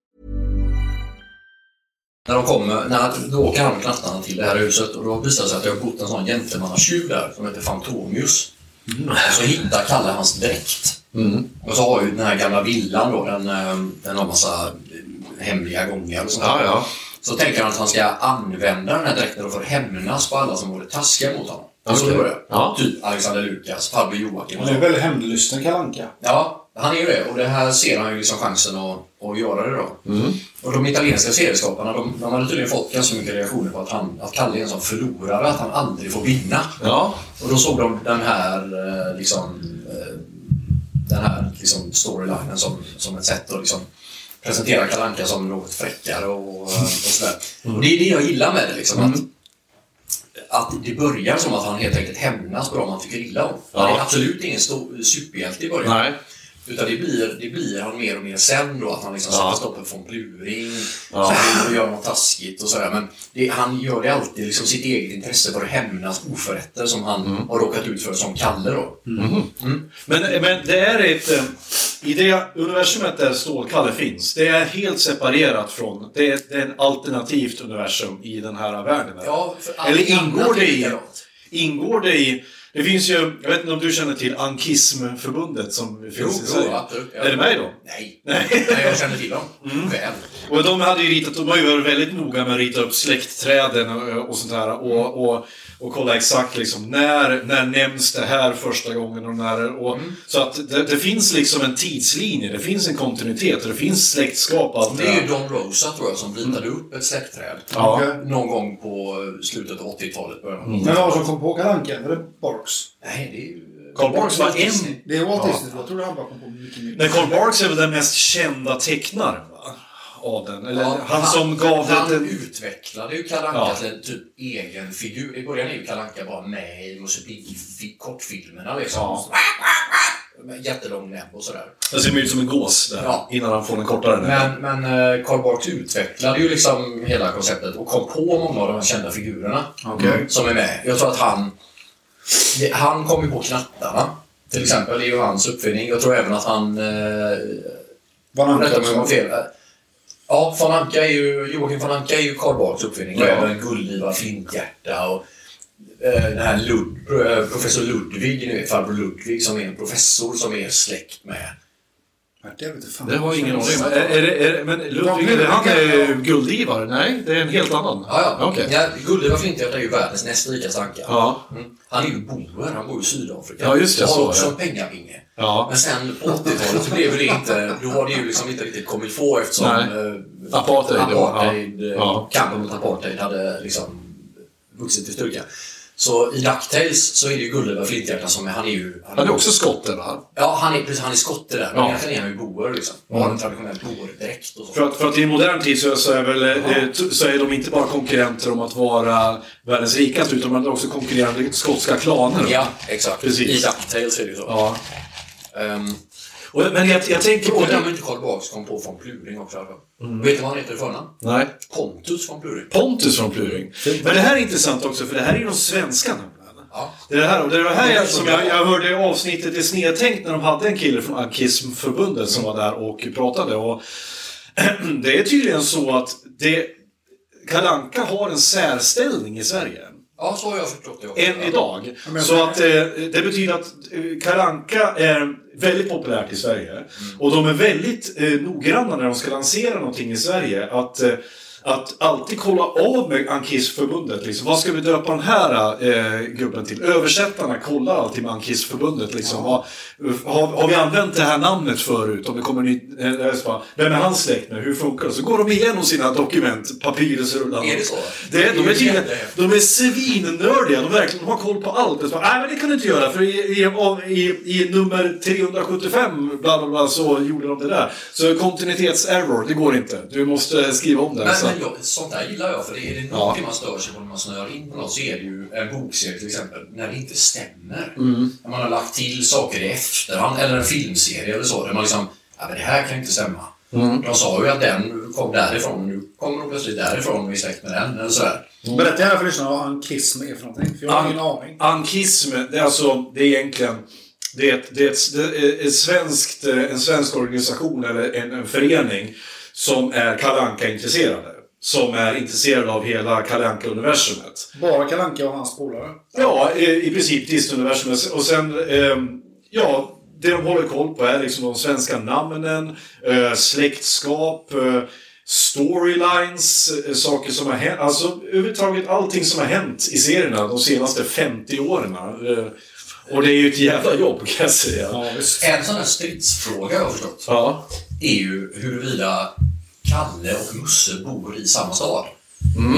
när de kommer, när, då åker han och knattarna till det här huset och då visar det sig att det har bott en sån gentlemannatjuv där som heter Fantomius.
Mm.
Och så hittar Kalle hans dräkt. Och så har ju den här gamla villan då, den, eh, den har massa eh, hemliga gångar och sånt där.
Ja, ja.
Så tänker han att han ska använda den här dräkten för att hämnas på alla som varit taskiga mot honom. Och så
Okej.
börjar det.
Ja.
Typ Alexander Lukas, farbror Joakim och
Han är
så.
ju väldigt hämndlysten, Kalle Anka.
Ja, han är ju det. Och det här ser han ju liksom chansen att, att göra det då.
Mm.
Och de italienska serieskaparna, de, de hade tydligen fått ganska mycket reaktioner på att, han, att Kalle är en sån förlorare, att han aldrig får vinna.
Ja.
Och då såg de den här eh, liksom, eh, den här liksom storylinen som, som ett sätt att liksom presentera Kalle Anka som något fräckare och, eh, och sådär.
Mm.
Och det är det jag gillar med det. Liksom, att, att det börjar som att han helt enkelt hämnas på dem han tycker illa om. Han
Ja.
är absolut ingen stor, superhjälte i början.
Nej.
Utan det blir, det blir han mer och mer sen då, att han liksom
Ja.
sätter stoppen för en luring, ja. och gör något taskigt och sådär. Men det, han gör det alltid liksom sitt eget intresse för att hämnas oförrätter som han
Mm.
har råkat ut för som Kalle då.
Men, men det är ett... eh, I det universumet där Stålkalle finns, det är helt separerat från... Det är, det är ett alternativt universum i den här världen. eller?
Ja, för allt
Eller ingår
annat är
det i...
likadant.
Ingår det i... Det finns ju, jag vet inte om du känner till Ankismförbundet som finns i
jo,
Sverige?
absolut, ja.
Är det med i dem? [laughs]
Nej, Nej. jag känner till dem
Mm.
väl.
Och de hade ju ritat, de var ju varit väldigt noga med att rita upp släktträden och, och sånt här och, och, och kolla exakt liksom när, när nämns det här första gången och när, och, så att det, det finns liksom en tidslinje, det finns en kontinuitet och det finns släktskap och allt
Det är ju
där.
Don Rosa tror jag som ritade upp ett släktträd.
Mm. Ja. Mm.
Någon gång på slutet av 80-talet, början av
Men vad var det som kom på Kalle Anka? Var det Barks?
Nej, det är ju...
Karl Barks var en-
Disney.
Det är Walt Disney. Jag trodde han bara kom på mycket mer.
Men Carl Barks är väl den mest kända tecknaren va? av den, eller
Ja,
han, som gav
han
det...
utvecklade ju Kalle Anka
Ja.
till en typ egen figur. I början är ju Kalle Anka bara med i Josefin- kortfilmerna liksom.
Ja.
Med jättelång näbb och sådär.
Den ser ut som en gås där,
Ja.
innan han får den kortare. näbben.
Men, men eh, Karl Barks utvecklade ju liksom hela konceptet och kom på många av de här kända figurerna
Okej.
som är med. Jag tror att han... det- Han kom ju på knattarna. Till exempel, det är ju hans uppfinning. Jag tror även att han... Eh,
Var han
Rätta mig om jag har
också?
fel. Ja, von Anka är ju, Joakim von Anka är ju Karl Barks uppfinning. Och
Ja.
även Gulliva Flinthjärta och eh, den här Lud, eh, professor Ludvig, ni vet farbror Ludvig som är en professor som är släkt med
Det vet inte fan.
Det har jag ingen aning om. Är, är, det- är, det- men Ludvig, är det han är guldgivare? Nej, det är en helt annan.
Ja, ja.
Okej.
ja Gulliver Flinthjärta är ju världens näst rikaste anka.
Ja.
Mm. Han är ju boer, han bor i Sydafrika.
Ja, just det,
Och
så
Har
var
också
det.
en pengapinge.
Ja.
Men sen på 80-talet så blev det inte, då har det ju liksom inte riktigt kommit få eftersom
Nej.
eh,
Apartheid, ja.
apartheid eh,
Ja.
kampen mot apartheid hade liksom vuxit till styrka. Så i DuckTales så är det ju Gulliver Flinthjärta som är, han är ju...
Han är också skotte, va?
Ja, han är, precis, han är skotte där. Men
Ja. Mm.
egentligen är han ju boer liksom. Och har en traditionell boerdräkt och så.
För att, för att i modern tid så är, så, är väl, eh, t- så är de inte bara konkurrenter om att vara världens rikaste, utan man är också konkurrerande skotska klaner.
Ja, exakt.
Precis.
I DuckTales är det ju så.
Ja.
Ehm,
Och, men jag, jag tänker på...
Och det har inte Karl Barks kom på från Pluring också. alltså.
Mm.
Vet du vad han heter i förnamn?
Nej.
Pontus från Pluring.
Pontus från Pluring. Men det här är intressant också, för det här är ju de svenska namnen.
Ja.
Det är det här, det är det här jag, som jag, jag hörde i avsnittet i Snedtänkt när de hade en kille från Ankismförbundet som var där och pratade. Och [clears throat] det är tydligen så att det, Kalle Anka har en särställning i Sverige.
Ja, så har jag förstått det också.
Än idag.
men-
Så att eh, det betyder att eh, Kalle Anka är väldigt populärt i Sverige. Och de är väldigt eh, noggranna när de ska lansera någonting i Sverige. Att, eh, att alltid kolla av med Ankisförbundet. Liksom. Vad ska vi döpa den här eh, gubben till? Översättarna kollar alltid med Ankisförbundet. Liksom. Har, har, har vi använt det här namnet förut? Om det kommer ny, eh, så bara, vem är han släkt med? Hur funkar det? Så går de igenom sina dokument, papyrusrullarna.
Är det så?
Det, är- de är tydliga,
Jätte-
de är svinnördiga, de, verkligen, de har koll på allt. Det är så, Nej, men det kan du inte göra för i, i, i, i nummer 375 bla, bla, bla, så gjorde de det där. Så kontinuitets-error, det går inte. Du måste skriva om det.
Men,
så.
men jag, sånt där gillar jag, för är det någonting man stör sig på när man snöar in på något så är det ju en bokserie till exempel, när det inte stämmer.
Mm.
När man har lagt till saker i efterhand, eller en filmserie eller så, där man liksom, ja men det här kan ju inte stämma.
Mm.
De sa ju att den kom därifrån, nu kommer de plötsligt därifrån och är släkt med den, eller sådär.
Berätta gärna för lyssnarna vad ankism är för någonting. För jag har ingen aning.
Ankism, det är alltså, det är egentligen det är ett, det är ett, det är ett svenskt, eh, en svensk organisation eller en, en förening som är kalanka intresserade Som är intresserade av hela kalanka universumet
Bara Kalle Anka och hans polare.
Ja, eh, i princip Disney-universum. Och sen, ehm, ja, det de håller koll på är liksom de svenska namnen, eh, släktskap, eh, storylines, eh, saker som har hänt. Alltså överhuvudtaget allting som har hänt i serierna de senaste 50 åren. Eh, och det är ju ett jävla jobb kan jag säga. Ja,
En sån här stridsfråga jag har förstått
ja.
är ju huruvida Kalle och Musse bor i samma stad.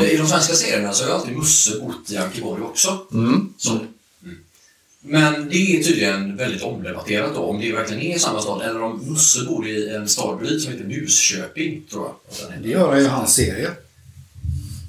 Eh, I de svenska serierna så har ju alltid Musse bott i Ankeborg också. Så. Men det är tydligen väldigt omdebatterat då, om det verkligen är i samma stad eller om Musse bor i en stad bredvid som heter Musköping, tror jag. att den heter.
Det gör han ju i hans serie.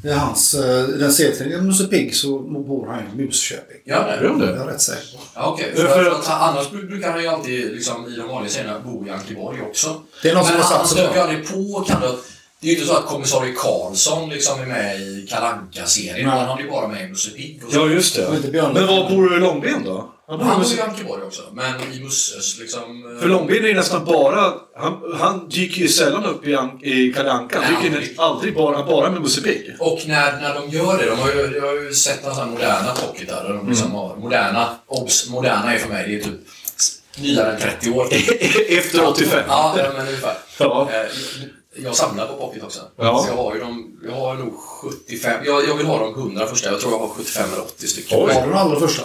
I hans, eh, den serietidningen Musse Pigg så bor han i Musköping.
Ja,
Är det
det.
om
Det är
det?
jag rätt säker på.
Ja, okej.
För-
För, för att, annars brukar han ju alltid liksom, i de vanliga serierna bo i Ankeborg också.
Det är någon som
Men
har
han
satt sig
stöter ju
på.
aldrig på Kalle. Det är ju inte så att kommissarie Karlsson liksom är med i kalanka serien
Nej.
Han har ju bara med i Musse Pigg. och så.
Ja, just det.
Men inte Björn
Men var
Lundgren.
bor Långben då? Han bor
Han
med
bor ju i Ankeborg också, men i Musses liksom... eh,
För Långben är ju nästan bara... Han, han dyker ju sällan upp i, An- i Kalle Anka. Han dyker ju
Aldrig.
aldrig bara, bara med Musse Pigg.
Och när, när de gör det, de har ju, jag har ju sett några sådana moderna pocketar. där
Mm.
De liksom har, moderna, obs, moderna är för mig, det är typ s- nyare än 30 år.
[laughs] Efter 85?
Ja, ja, men ungefär.
Ja.
Eh, Jag samlar på pocket också.
Ja.
Så jag har ju dem, jag har nog 75, jag, jag vill ha de 100 första, jag tror jag har 75 eller 80 stycken.
Var du den allra första?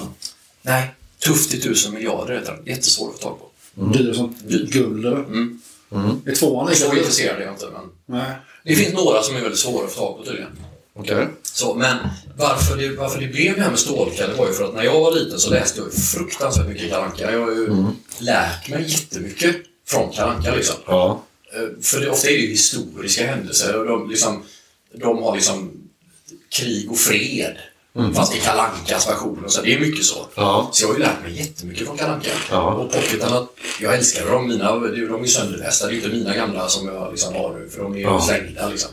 Nej, tufft i tusen miljarder heter den. Jättesvår att få tag på.
Mm.
Dyr som guld eller? Är tvåan
Men
lika
Så
dyr?
intresserad är jag inte, men
Nej.
det finns några som är väldigt svåra att få tag på tydligen.
Okej.
Så, men varför det, varför det blev det här med Stålkalle var ju för att när jag var liten så läste jag ju fruktansvärt mycket Kalle Anka. Jag har ju lärt mig jättemycket från Kalle Anka liksom.
Ja.
Eh, För det, ofta är det ju historiska händelser och de, liksom, de har liksom krig och fred. Fast i Kalle Ankas version och så. Det är mycket så.
Mm. Ja.
Så jag har ju lärt mig jättemycket från Kalle Anka.
Ja.
Och pocketarna, jag älskar dem. Mina, det är ju- de är ju sönderlästa. Det är ju inte mina gamla som jag liksom har nu, för de är ju
Ja.
slängda. Liksom.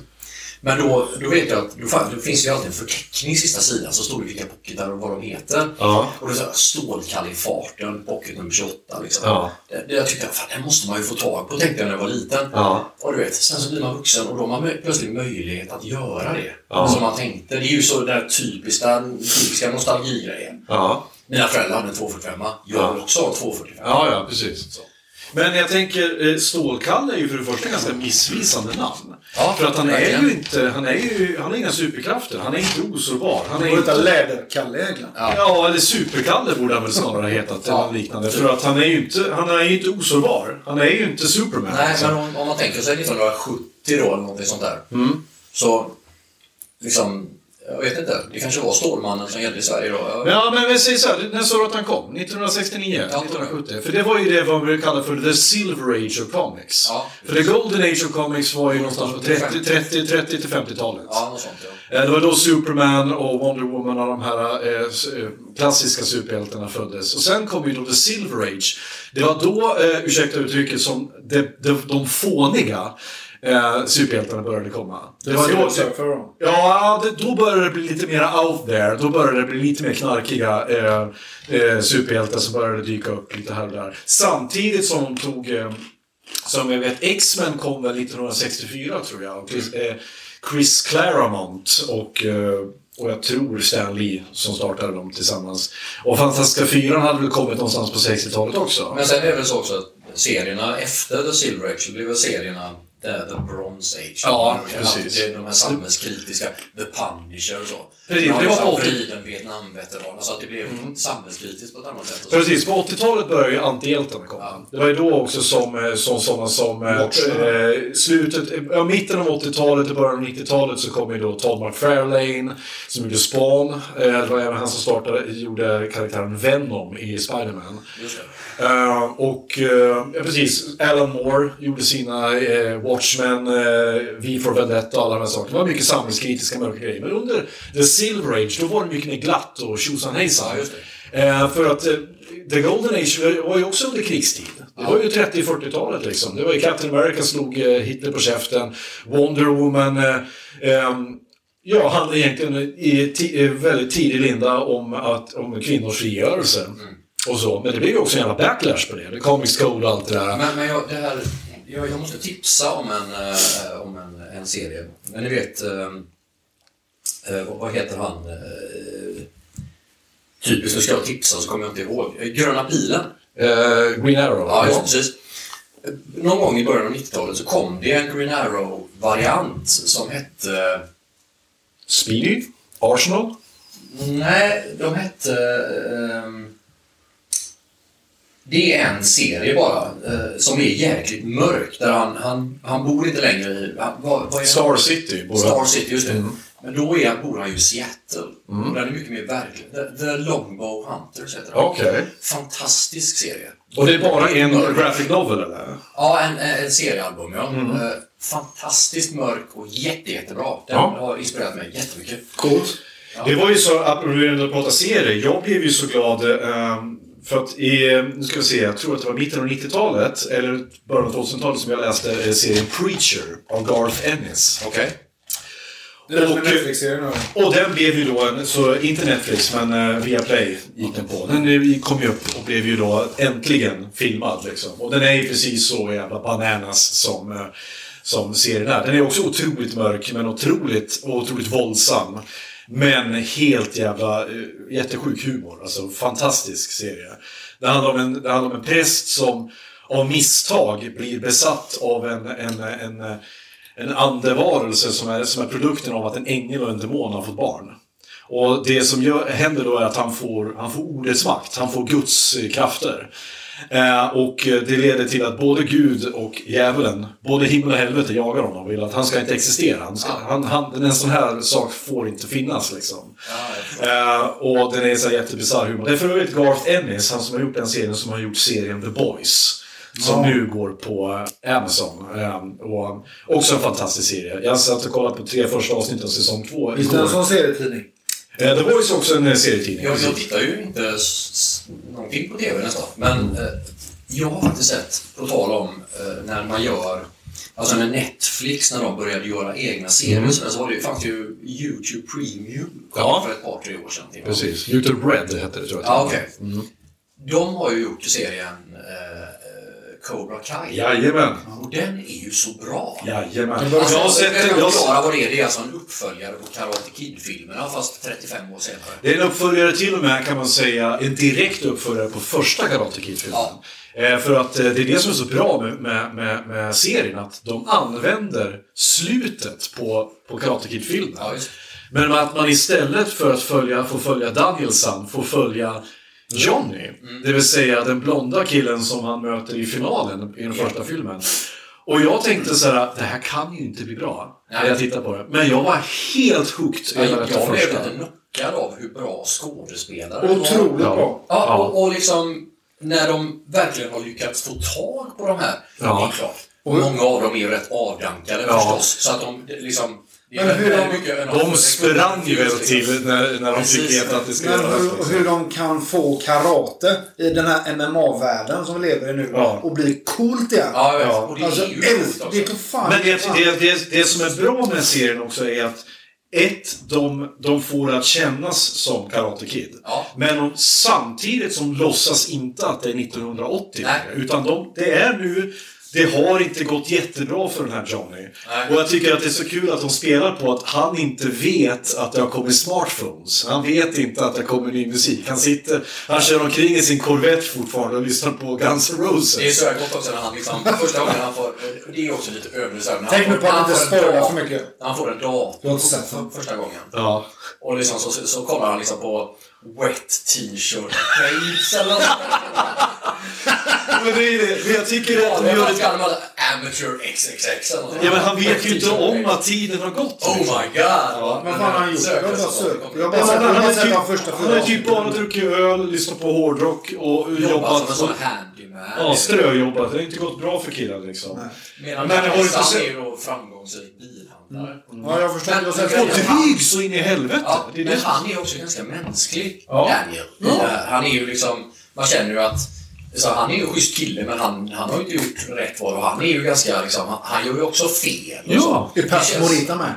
Men då, då vet jag att då, fan- då finns det ju alltid en förteckning sista sidan så står det vilka pocketar och vad de heter.
Ja.
Och det är så här, Stålkalle i farten, pocket nummer 28. Liksom.
Ja.
Det, det jag tyckte att den måste man ju få tag på, tänkte jag när jag var liten.
Ja.
Och du vet, sen så blir man vuxen och då har man mö- plötsligt möjlighet att göra det som man tänkte. Det är ju så den där typiska, typiska nostalgigrejen.
Ja.
Mina föräldrar hade en 245. Jag vill också ha en 245.
Ja, ja, precis. Men jag tänker, eh, Stålkalle är ju för det första ganska missvisande namn.
Ja,
för att han är
verkligen.
ju inte, han är ju, han har inga superkrafter, han är inte osårbar. Han är
Borde heta
inte...
Läderkalle egentligen.
Ja. eller Superkalle borde han väl snarare ha hetat, eller
Ja.
något liknande. För att han är ju inte, han är ju inte osårbar. Han är ju inte Superman.
Nej,
liksom.
men om, om man tänker sig 1970 då eller någonting sånt där.
Mm.
Så liksom, jag vet inte, det kanske var Stålmannen som gällde i Sverige då. Jag-
Ja, men vi säger så här, när sa du att han kom? 1969?
Ja.
1970? För det var ju det vad vi kallar för the silver age of comics.
Ja.
För the golden age of comics var ju någonstans på 30, 30, 30 till 50-talet.
Ja, något sånt ja.
Eh, Det var då Superman och Wonder Woman och de här eh, s- eh, klassiska superhjältarna föddes. Och sen kom ju då The Silver Age. Det var då, eh, ursäkta uttrycket, som de, de, de fåniga eh, superhjältarna började komma. Det var då,
Surfer då.
Ja, det, då började det bli lite mer out there. Då började det bli lite mer knarkiga eh, eh, superhjältar som började dyka upp lite här och där. Samtidigt som de tog, eh, som jag vet, X-Men kom väl 1964 tror jag. Och Chris, eh, Chris Claremont och eh, och jag tror Stan Lee som startade dem tillsammans. Och Fantastiska Fyran hade väl kommit någonstans på 60-talet också?
Men sen är det väl så också att serierna efter The Silver Age så blev väl serierna The, the Bronze Age.
Ja,
Det är
precis.
alltid De här samhällskritiska, The Punisher och så.
Precis,
Man
det var
har
på-
liksom Vriden, Vietnamveteraner, så att det blev samhällskritiskt på ett annat sätt. och så.
Precis, på 80-talet började ju antihjältarna komma.
Ja.
Det var ju då också som eh, som- sådana som... eh, Eh, slutet, eh, ja, mitten av 80-talet och början av 90-talet så kom ju då Todd McFarlane som gjorde Spawn. Eh, det var även han som startade, gjorde karaktären Venom i Spider-Man.
Just det.
Eh, och eh, ja, precis, Alan Moore gjorde sina eh, Watchmen, eh, V for Vendetta och alla de här sakerna. Det var mycket samhällskritiska mörka grejer. Men under The Silver Age då var det mycket mer glatt och tjosan hejsan.
Ja, just
Eh, för att eh, The Golden Age var- var ju också under krigstid. Det var ju 30-40-talet liksom. Det var ju Captain America slog eh, Hitler på käften. Wonder Woman eh, ehm, Ja, handlar egentligen i ti- eh, väldigt tidig linda om, att, om kvinnors frigörelse.
Mm.
Och så. Men det blev ju också en jävla backlash på det. det comics Code och allt det där.
Men, men jag, det här, jag, jag måste tipsa om en, eh, om en, en serie. Men ni vet, eh, eh, vad, vad heter han? Eh, typiskt, nu ska jag tipsa så kommer jag inte ihåg. Eh, Gröna pilen.
Eh, Green Arrow.
Ja, just precis. Eh, Någon gång i början av 90-talet så kom det en Green Arrow-variant som hette...
Speedy. Arsenal.
Nej, de hette... ehm, det är en serie bara eh, som är jäkligt mörk. Där han, han, han bor inte längre i... Han, vad, vad är det?
Star City. båda.
Star City, just det.
Mm.
Men då är, bor han ju i Seattle. Mm. Där är det mycket mer verkligt. The, The Longbow Hunters heter den.
Okej.
Fantastisk serie.
Och det är bara en graphic novel eller?
Ja, en, en en seriealbum ja.
Mm.
Eh, Fantastiskt mörk och jätte, jättebra. Den
Ja.
har inspirerat mig jättemycket.
Coolt. Det var ju så, apropå att prata serier, jag blev ju så glad ehm, för att i, eh, nu ska vi se, jag tror att det var mitten av 90-talet eller början av 2000-talet som jag läste eh, serien Preacher av Garth Ennis.
Okej.
Det är
Och-
en Netflix-serie nu.
Och den blev ju då, en, så inte Netflix, men eh, via Play gick den på. Den eh, kom ju upp och blev ju då äntligen filmad. Liksom. Och den är ju precis så jävla bananas som, eh, som serien är. Den är också otroligt mörk, men otroligt, och otroligt våldsam. Men helt jävla eh, jättesjuk humor. Alltså fantastisk serie. Det handlar om en, det handlar om en präst som av misstag blir besatt av en, en, en, en en andevarelse som är, som är produkten av att en ängel och en demon har fått barn. Och det som gör, händer då är att han får, han får ordets makt, han får Guds eh, krafter. Eh, och eh, det leder till att både Gud och djävulen, både himmel och helvete jagar honom och vill att han ska inte existera. Han ska, han, han, en sån här sak får inte finnas liksom. Eh, och den är så här jättebisarr humor. Det är för övrigt Garth Ennis, han som har gjort den serien, som har gjort serien The Boys. Som nu går på eh, Amazon. Eh, och också en fantastisk serie. Jag satt och kollade på tre första avsnitt av säsong två
Visst är det en
igår.
sån serietidning?
Eh, The Boys är också en eh, serietidning.
Jag, jag tittar ju inte s- s- någonting på TV nästan. Men
Mm.
eh, jag har faktiskt sett, på tal om eh, när man gör... Alltså när Netflix, när de började göra egna serier och sådär, så var det, fanns det ju YouTube Premium kom
Mm. Ja.
för ett par, tre år sedan. till och med.
Precis. Mm. Youtube Red hette det tror jag.
Ja, okej. De har ju gjort serien eh, eh, Cobra Kai.
Jajamän.
Och den är ju så bra.
Jajamän.
Alltså,
Jag har sett
jag
den.
kan
Jag har
förklara
sett-
vad det är. Det är alltså en uppföljare på Karate Kid-filmerna fast 35 år senare.
Det är en uppföljare till och med kan man säga, en direkt uppföljare på första Karate Kid-filmen.
Ja.
Eh, för att eh, det är det som är så bra med, med, med, med serien, att de använder slutet på, på Karate Kid-filmen.
Ja, just.
Men att man istället för att följa, få följa Danielsson får följa Johnny.
Mm.
Det vill säga den blonda killen som han möter i finalen i den första filmen. Och jag tänkte så här, det här kan ju inte bli bra. När
Nej.
jag tittar på det. Men jag var helt hooked
Jag,
över
jag,
den första.
blev lite knockad av hur bra skådespelare de var.
Otroligt bra.
Ja, och, och liksom när de verkligen har lyckats få tag på de här.
Ja.
Det är klart. Många av dem är ju rätt avdankade
Ja.
förstås. Så att de det- liksom... det är
Men hur
väldigt
de-
mycket-
De sprang ju väl till när, när de fick
Precis.
veta att det skulle
Men
göras. liksom.
hur, hur de kan få karate i den här MMA-världen som vi lever i nu
Ja.
och bli coolt igen.
Ja, ja. Och det är
Alltså,
ju
älsk-
coolt också.
det är för fan...
Men det, det, det, det som är bra med serien också är att ett, de, de får att kännas som Karate Kid.
Ja.
Men de, samtidigt som låtsas inte att det är 1980
Nej.
längre, Utan de, det är nu, det har inte gått jättebra för den här Johnny.
Nej.
Och jag tycker att det är så kul att de spelar på att han inte vet att det har kommit smartphones. Han vet inte att det kommer ny musik. Han sitter, han kör omkring i sin Corvette fortfarande och lyssnar på Guns N' Roses.
Det är så här gott också när han liksom, första gången han får, det är också lite överdrivet.
Tänk nu på att inte spoila för mycket.
När han får en dator
Jag har inte sett den.
för första gången.
Ja.
Och liksom så, så, så kollar han liksom på wet t-shirt page eller något sånt där.
Men det är det. Men jag tycker att de
Ja,
gör
vad
ett
ska han kalla det? Amateur XXX eller något sånt där.
Ja, men han vet ju inte om
Wet
att tiden har gått.
Oh my god! Ja,
Vad fan har han gjort? Jag har bara sökt. Jag har bara
Ja,
sett-
men
jag
han
har
har
bara sett
typ,
de första
han har
fyra.
typ bara druckit öl, lyssnat på hårdrock och
Jobbat som en
jobbat...
sån handyman.
Ja, ströjobbat. Det har inte gått bra för killen liksom.
Medan
Men har du inte
Sam är
sett-
ju då framgångsrik bilhandlare.
Ja, jag förstår.
Men-
Jag har sett-
Och dryg så in i helvete!
Ja,
det är
men
det.
han är också ganska mänsklig,
Ja.
Daniel. i det här. Han är ju liksom, man känner ju att så han är ju en schysst kille men han, han har ju inte gjort rätt val och han är ju ganska liksom, han, han gör ju också fel. och
Ja.
så.
Är Pers
känns-
Morita med?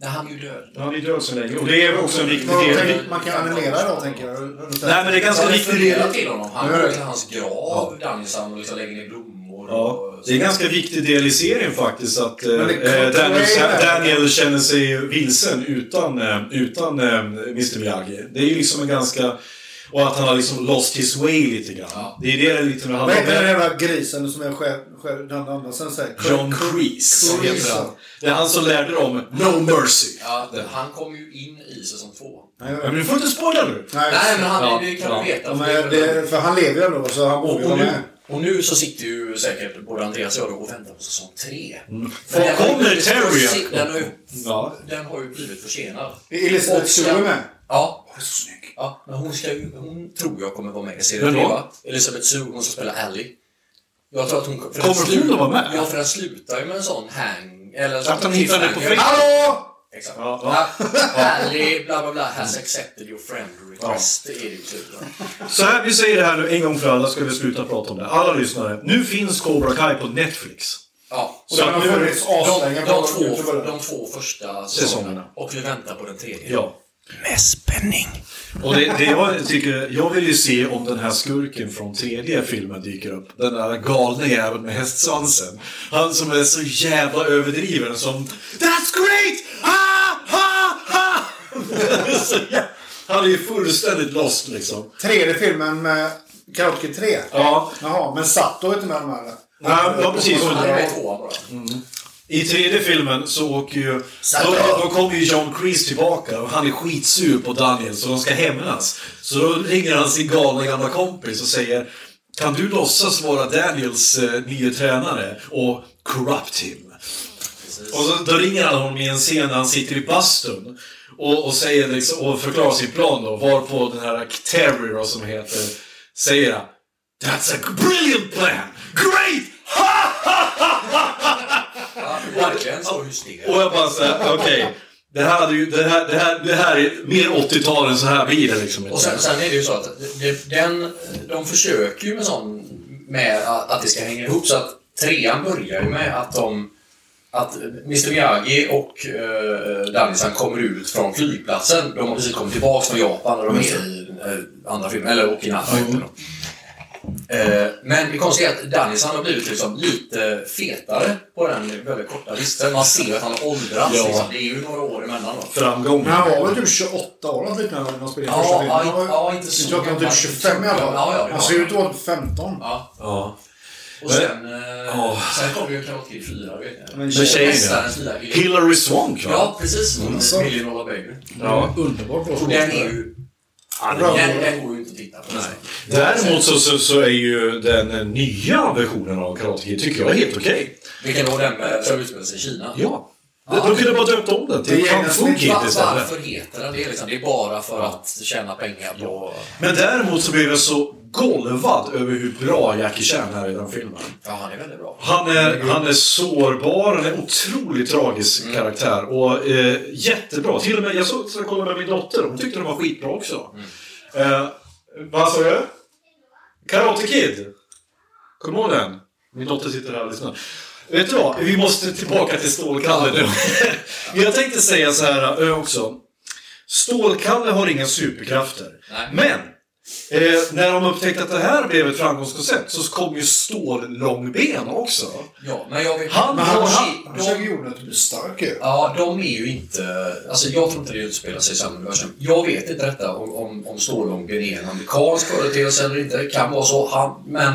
Nej, han är ju död.
Han är död så länge. Och det är också en viktig
Ja,
del.
tänk- Man kan animera idag, tänker jag.
Nej, men det är
Så
ganska
han
viktig del.
refererar till honom. Han
Nu är
går
det.
till hans grav, Danielsson, och liksom lägger ner blommor.
Ja,
Och,
det är en ganska viktig del i serien faktiskt att eh,
Men det kan-
eh, Daniel,
det är-
Daniel känner sig vilsen utan, eh, utan eh, Mr Miyagi. Det är ju liksom en ganska... Och att han har liksom lost his way lite grann.
Ja.
Det är det det lite med
Vad heter den
han
jävla grisen som är själv, själv den andra sen säger?
John Kreese
Kreese.
heter han. Det är han som lärde dem No Mercy.
ja, han kom ju in i säsong två.
Nej,
Men du får inte spoila nu!
Nej, men han,
Ja,
det kan
ja.
du veta. för
men det, för han lever ju ändå, så han borde ju
Och
vara
nu,
med.
och nu så sitter ju säkert både Andreas och jag och väntar på säsong tre. Mm.
Var kommer Terry att-
Den, har ju-
Ja.
den har ju blivit försenad.
Är Elisabeth
Och ska-
Sue med?
Ja.
Hon är så snygg.
ja men hon, ska, ju- hon tror jag kommer vara med i
Vem
serie
då?
3, va? Elisabeth Sue, hon som spelar Ally. Jag tror att hon... för
Kommer
den
hon att vara med?
Ja, för den slutar ju med en sån hang... Eller en sån
Att de hittar henne på
cliffhanger.
Facebook.
Hallå!
Exakt.
Ja,
Ja, Ally, bla bla bla, has accepted your friend request. Det är det ju typ. va?
Så här, vi säger det här nu en gång för alla, ska vi sluta prata om det. Alla lyssnare, nu finns Cobra Kai på Netflix.
Ja.
Och den har funnits
De,
aslänge
de,
på
två,
Youtube.
de två första
Säsongerna.
säsongerna. Och vi väntar på den tredje.
Ja.
Med spänning.
Och det, det jag tycker, jag vill ju se om den här skurken från tredje filmen dyker upp. Den där galne jäveln med hästsvansen. Han som är så jävla överdriven som That's great! Ah, ha, ha! [laughs] så jä- Han är ju fullständigt lost liksom.
Tredje filmen med Karate Kid 3?
Ja.
Jaha, men Sato är inte med de här eller?
Ja, ja, precis.
Han är med i tvåan bara.
I tredje filmen så åker ju... Då, då kommer ju John Kreese tillbaka och han är skitsur på Daniel så de ska hämnas. Så då ringer han sin galna gamla kompis och säger Kan du låtsas vara Daniels eh, nya tränare och corrupt him? Och så, då ringer han honom i en scen när han sitter i bastun och, och, säger liksom, och förklarar sin plan då, varpå den här Terry då, som heter säger han, That's a brilliant plan! Great! Ha, ha, ha, ha, ha, ha.
Ja, Verkligen så hysterisk.
Och jag bara såhär, okej. Det här, hade ju- det, här, det, här, det här är mer 80-tal än så här blir det liksom inte.
Och sen, sen är det ju så att det, den, de försöker ju med sån med att, att det ska hänga ihop så att trean börjar ju med att de att Mr Miyagi och eh, Danielsson kommer ut från flygplatsen. De har precis kommit tillbaka från Japan och de är i eh, andra filmen, eller och i den här fighten. då. Eh, Men det konstiga är att Dennis han har blivit liksom lite fetare på den väldigt korta listan. Man ser att han har åldrats.
Ja.
Liksom. Det är ju några år emellan. Då.
Framgång.
Men han var väl typ 28 år eller liknande när han spelade
Ja,
första filmen?
ja,
Han var-
ja, inte så
Jag tror att han var typ
gammal.
25 i alla fall.
Ja, ja, det
han
var
ser
han.
ut att vara 15.
Ja.
Ja.
Och sen, eh, sen kom ju Karate Kid 4. Vet ni.
Men
Med tjejen
Mästarens nya
ja.
grej.
Hillary Swank va?
Ja, precis. Mm,
så.
Million Dollar Baby.
Ja.
Underbart bra
Och den är ju...
bra.
Den, den går ju inte att titta på. alltså. nästan.
Däremot så, så, så är ju den nya versionen av Karate Kid tycker jag är helt okej.
Vilken var den med som utspelar sig i Kina?
Ja. De kunde bara döpt om den
Det
till
är
Kung
en
Fu Kid
Va-
istället.
varför heter den det? Liksom? Det är bara för att tjäna pengar på...
Men däremot så blev jag så golvad över hur bra Jackie Chan är i den filmen.
Ja, han är väldigt bra.
Han är, han är sårbar, han är en otroligt tragisk karaktär och eh, jättebra. Till och med, jag såg så kollade med min dotter, hon tyckte den var skitbra också. Eh, vad sa du? Karate Kid! Kommer du ihåg den? Min dotter sitter här och lyssnar. Vet du vad? Vi måste tillbaka till Stålkalle nu. jag tänkte säga så här eh, också. Stålkalle har inga superkrafter.
Nej.
Men! Eh, när de upptäckte att det här blev ett framgångskoncept så kom ju Stål-Långben också.
Ja, men jag vet...
Han-
men
han-
de-
Han försöker jorden att bli stark ju.
Ja, de är ju inte... Alltså jag tror inte det utspelar sig i samma universum. Jag vet inte detta om, om, om Stålången är en amerikansk företeelse eller inte. Det kan vara så. Han, men...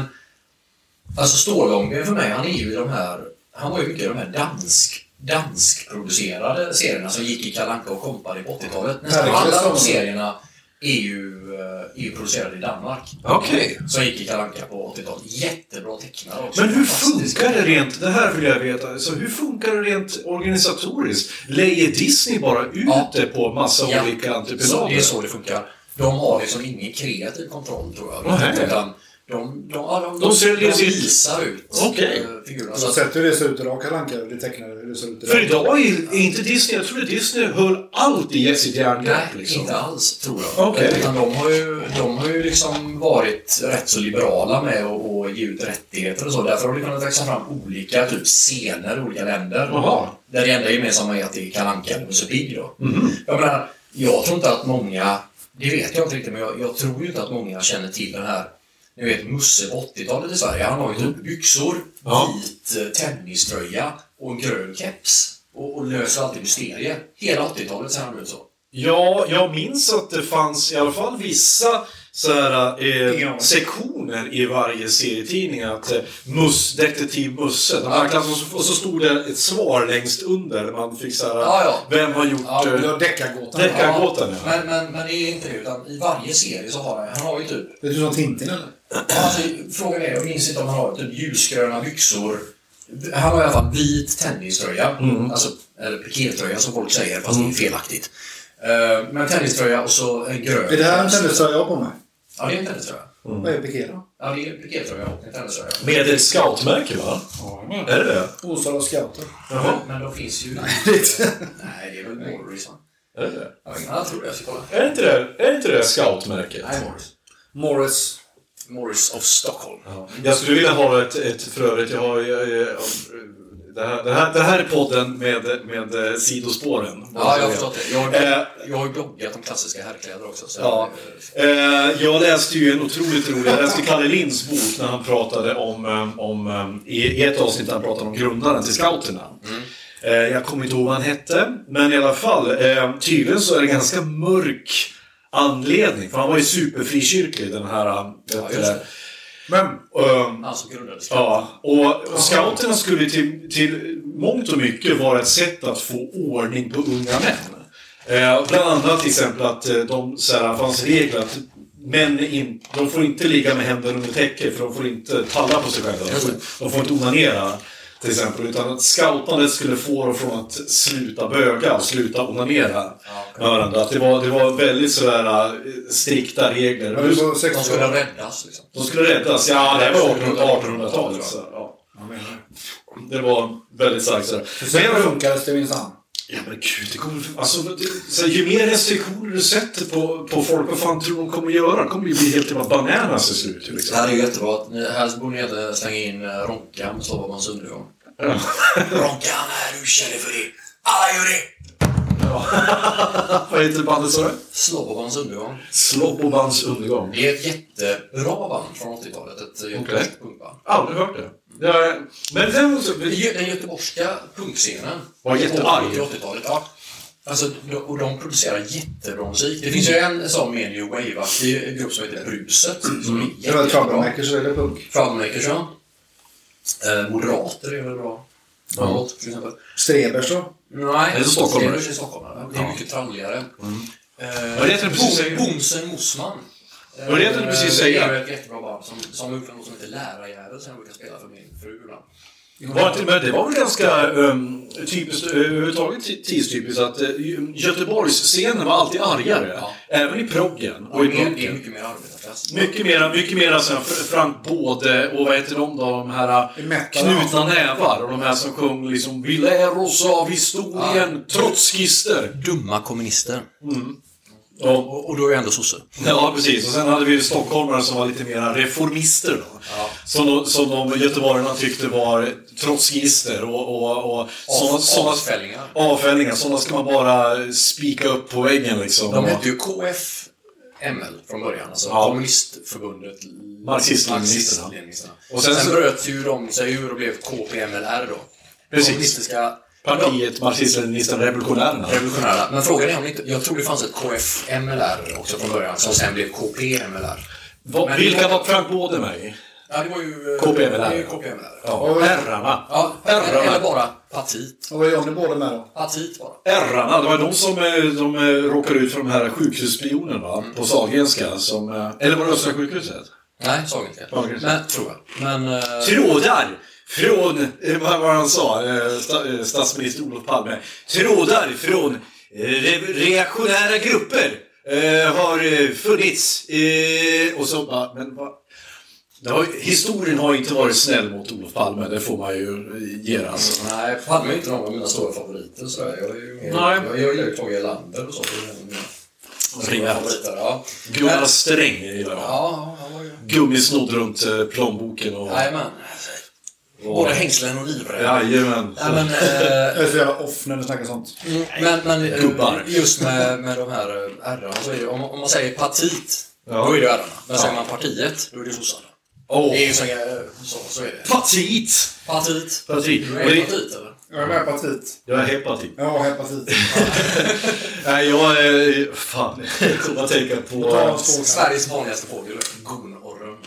Alltså Stålången för mig, han är ju i de här... Han var ju mycket i de här dansk danskproducerade serierna som gick i Kalle Anka och kompani på 80-talet. Nästan
Verkligen
alla de
så.
serierna är ju, eh, är ju producerade i Danmark.
Okej.
Som gick i Kalle Anka på 80-talet. Jättebra tecknare också.
Men hur
Fantastisk.
funkar det rent, det här vill jag veta, så hur funkar det rent organisatoriskt? Lägger Disney bara ut
Ja.
det på massa Alltså, olika
Så Alltså, Det är
entreprenader?
så det funkar. De har liksom ingen kreativ kontroll tror jag.
Nej.
Utan de, de, ja, de,
De ser-
de
det ser-
visar ut
Okej.
eh, figurerna.
Har
Så
du
att,
sett hur det ser ut idag, Kalle Anka? Det tecknade hur det ser ut idag.
För idag är, är inte Disney, jag trodde Disney höll allt i sitt
nej,
järngrepp liksom.
inte alls tror jag.
Okej.
Utan de har, ju, de har ju liksom varit rätt så liberala med att och ge ut rättigheter och så. Därför har det kunnat växa fram olika typ, scener i olika länder.
Jaha.
Där det enda gemensamma är att det är Kalle Anka eller Musse Pigg då.
Mhm.
Jag menar, jag tror inte att många, det vet jag inte riktigt, men jag, jag tror ju inte att många känner till den här, ni vet Musse på 80-talet i Sverige, han har ju typ byxor,
Mm. Ja.
vit eh, tenniströja och en grön keps. Och, och löser alltid mysterier. Hela 80-talet ser han ut så.
Ja, jag minns att det fanns i alla fall vissa så här, eh,
Ja.
sektioner i varje serietidning. Att eh, Muss, detektiv Musse. de här klass- och, så, och så stod det ett svar längst under. Man fick så här,
Ja, ja.
vem har gjort...
Ja,
eh,
Ja, Deckargåtan.
Deck-
Det
Deckargåtan, ja.
Men, men, men det är inte det, utan i varje serie så har han, han har ju typ
är du som Tintin eller?
Alltså, frågan är, jag minns inte om han har typ ljusgröna byxor. Han har i alla fall vit tenniströja.
Mm.
Alltså, eller pikétröja som folk säger, fast det är felaktigt. Eh, men tenniströja och så en grön.
Är det här en tenniströja jag har på mig?
Ja, det är en tenniströja.
Vad är piké då?
Ja, det är en pikétröja och en tenniströja.
med ett scoutmärke va? Är det det?
Osala scouter.
Men, men de finns ju... Nej, det är väl Morris, va?
Är det det?
Ja, Jag tror det. Jag ska kolla.
Är inte det, är inte det scoutmärket?
Nej, Morris.
Morris.
Morris of Stockholm.
Ja. Jag skulle vilja ha ett, ett för övrigt, jag har eh, eh, det här, det, här, det här är podden med, med eh, sidospåren.
Ja, jag har förstått det. Jag
Eh,
har, jag har ju bloggat om klassiska herrkläder också. Så
Ja. Eh, jag läste ju en otroligt rolig, jag läste Kalle Linds bok när han pratade om, eh, om eh, i ett avsnitt när han pratade om grundaren till scouterna. Eh, jag kommer inte ihåg vad han hette, men i alla fall, eh, tydligen så är det ganska mörk anledning, för han var ju superfrikyrklig den här... eh, vet du
just
det. Men, ehm,
Han som grundade
Ja, och scouterna skulle till, till mångt och mycket vara ett sätt att få ordning på unga män. Eh, bland annat till exempel att eh, de, så här, fanns regler att män in, de får inte ligga med händerna under täcket för de får inte talla på sig själva. De får, de får inte onanera till exempel. Utan att scoutandet skulle få dem från att sluta böga och sluta onanera med varandra. Att det, var, det var väldigt sådär eh, strikta regler.
Ja, det var
De skulle
60-talet.
räddas liksom.
De skulle räddas. Ja, det här var 1800 talet Så, ja. Det var väldigt starkt. Så.
Sen
Men,
funkades det minsann.
ja, men gud, det kommer, alltså, det, så, här, ju mer restriktioner du sätter på, på folk, vad fan tror du de kommer göra? De kommer ju bli helt jävla bananas till slut.
Det
Liksom.
här är ju jättebra. att ni- Här borde ni inte slänga in eh, Ronkan på Stavamans undergång. Ronkan är du känner för det. Alla gör det!
Ja. Vad heter bandet sa du?
Slobobans undergång.
Slobobands undergång.
Det är ett jättebra band från 80-talet. Ett göteborgskt punkband.
Aldrig hört det. det är, men den...
Den gö- Den göteborgska punkscenen.
Var jättearg.
på 80-talet, ja. Alltså, de- och de producerar jättebra musik. Det finns ju en sån mer new wave-aktig grupp som heter Bruset. Som
Mm.
är
Det var
jättebra.
Troublemakers eller punk.
Troublemakers, ja. Eh, Moderater är väl bra. Ja. Till exempel.
Strebers då?
Nej,
Mm. Det är stockholmare.
Det är i stockholmare. Det är mycket tralligare. Eh,
Vad heter Mm. det precis?
Bom- Bomsen Mosman. Eh,
Vad heter det precis säger?
Det är ett jättebra band som, som har gjort något som heter Lärarjävel som jag brukar spela för min fru ibland.
Var inte, men det var väl ganska um, typiskt, eh, överhuvudtaget ti- tidstypiskt, att uh, Göteborgsscenen var alltid argare.
Ja.
Även i proggen.
Och
Och i
det, är, det är
punken.
mycket mer arbetarklass.
Mycket mera, mycket mera så här, Fr- Frank Både och vad heter de då? De här eh,
Metal,
knutna nävar. Och de här som sjöng liksom Vi lär oss av historien, trotskister.
Dumma kommunister.
Och,
Och, och då är jag ändå sosse.
ja, precis. Och sen hade vi ju stockholmare som var lite mera reformister då.
Ja.
Som, de- som de göteborgarna tyckte var trotskister och, och, och sådana- sådana-
avfällingar.
Avfällingar, sådana ska man bara spika upp på väggen liksom.
De hette ju KFML från början, alltså
Ja.
Kommunistförbundet
Marxist-Leninisterna.
Marxist-Leninisterna.
Och
Och
sen
sen,
så-
bröt ju de sig ur och blev KPMLR då.
Precis.
Kommunistiska
Partiet Marxist-Leninisterna Revolutionärerna.
revolutionära. Men frågan är om det inte, jag tror det fanns ett KFMLR också från början som sen blev KPMLR.
Va,
Men-
vilka var Frank Bodeberg?
Ja, det var ju eh,
KPMLR.
det är ju KPMLR. Ja.
Ja, herrarna.
eller
herrarna.
bara Partit.
Och vad gör ni båda med då?
Partit bara.
Herrarna, det var de som eh, de eh, råkade ut för de här sjukhusspionerna på Sahlgrenska. Som, eh, eller var det Östra sjukhuset?
Nej, Sahlgrenska.
Sahlgrenska.
Men, tror jag. Men... eh,
Trådar från, eh, vad var han sa, eh, sta, eh, statsminister Olof Palme. Trådar från eh, re, reaktionära grupper eh, har eh, funnits. Eh, och så bara, men vad? Det har, historien har inte varit snäll mot Olof Palme, det får man ju ge det, alltså.
Nej, Palme är inte någon av mina stora favoriter. Så jag, är ju,
Nej.
jag, jag gillar ju Tage Erlander och så. det är en av mina stora
Ringa.
favoriter, Ja.
Gunnar
Men-
Sträng gillar jag.
Ja, han var ju...
Gummisnodd runt eh, plånboken och...
Jajamän. Både hängslen och livrem.
Jajamän.
Nej, men,
[laughs]
eh,
Jag är så jävla off när du snackar sånt.
men, men eh,
Gubbar.
just med, med de här eh, ärrarna så är det, om, om man säger partit,
Ja.
då är det ärrarna. Men säger man partiet, då är det sossarna.
Åh,
Det är ju så, eh, så, så är det.
Patit!
Partit.
Partit.
Du
Och
är
det-
partit, eller?
Jag är med hepatit.
Jag är hepatit.
Jag har hepatit.
Nej, jag... eh, Fan, [laughs] jag kommer att tänka på...
Sveriges vanligaste fågel, gonorren.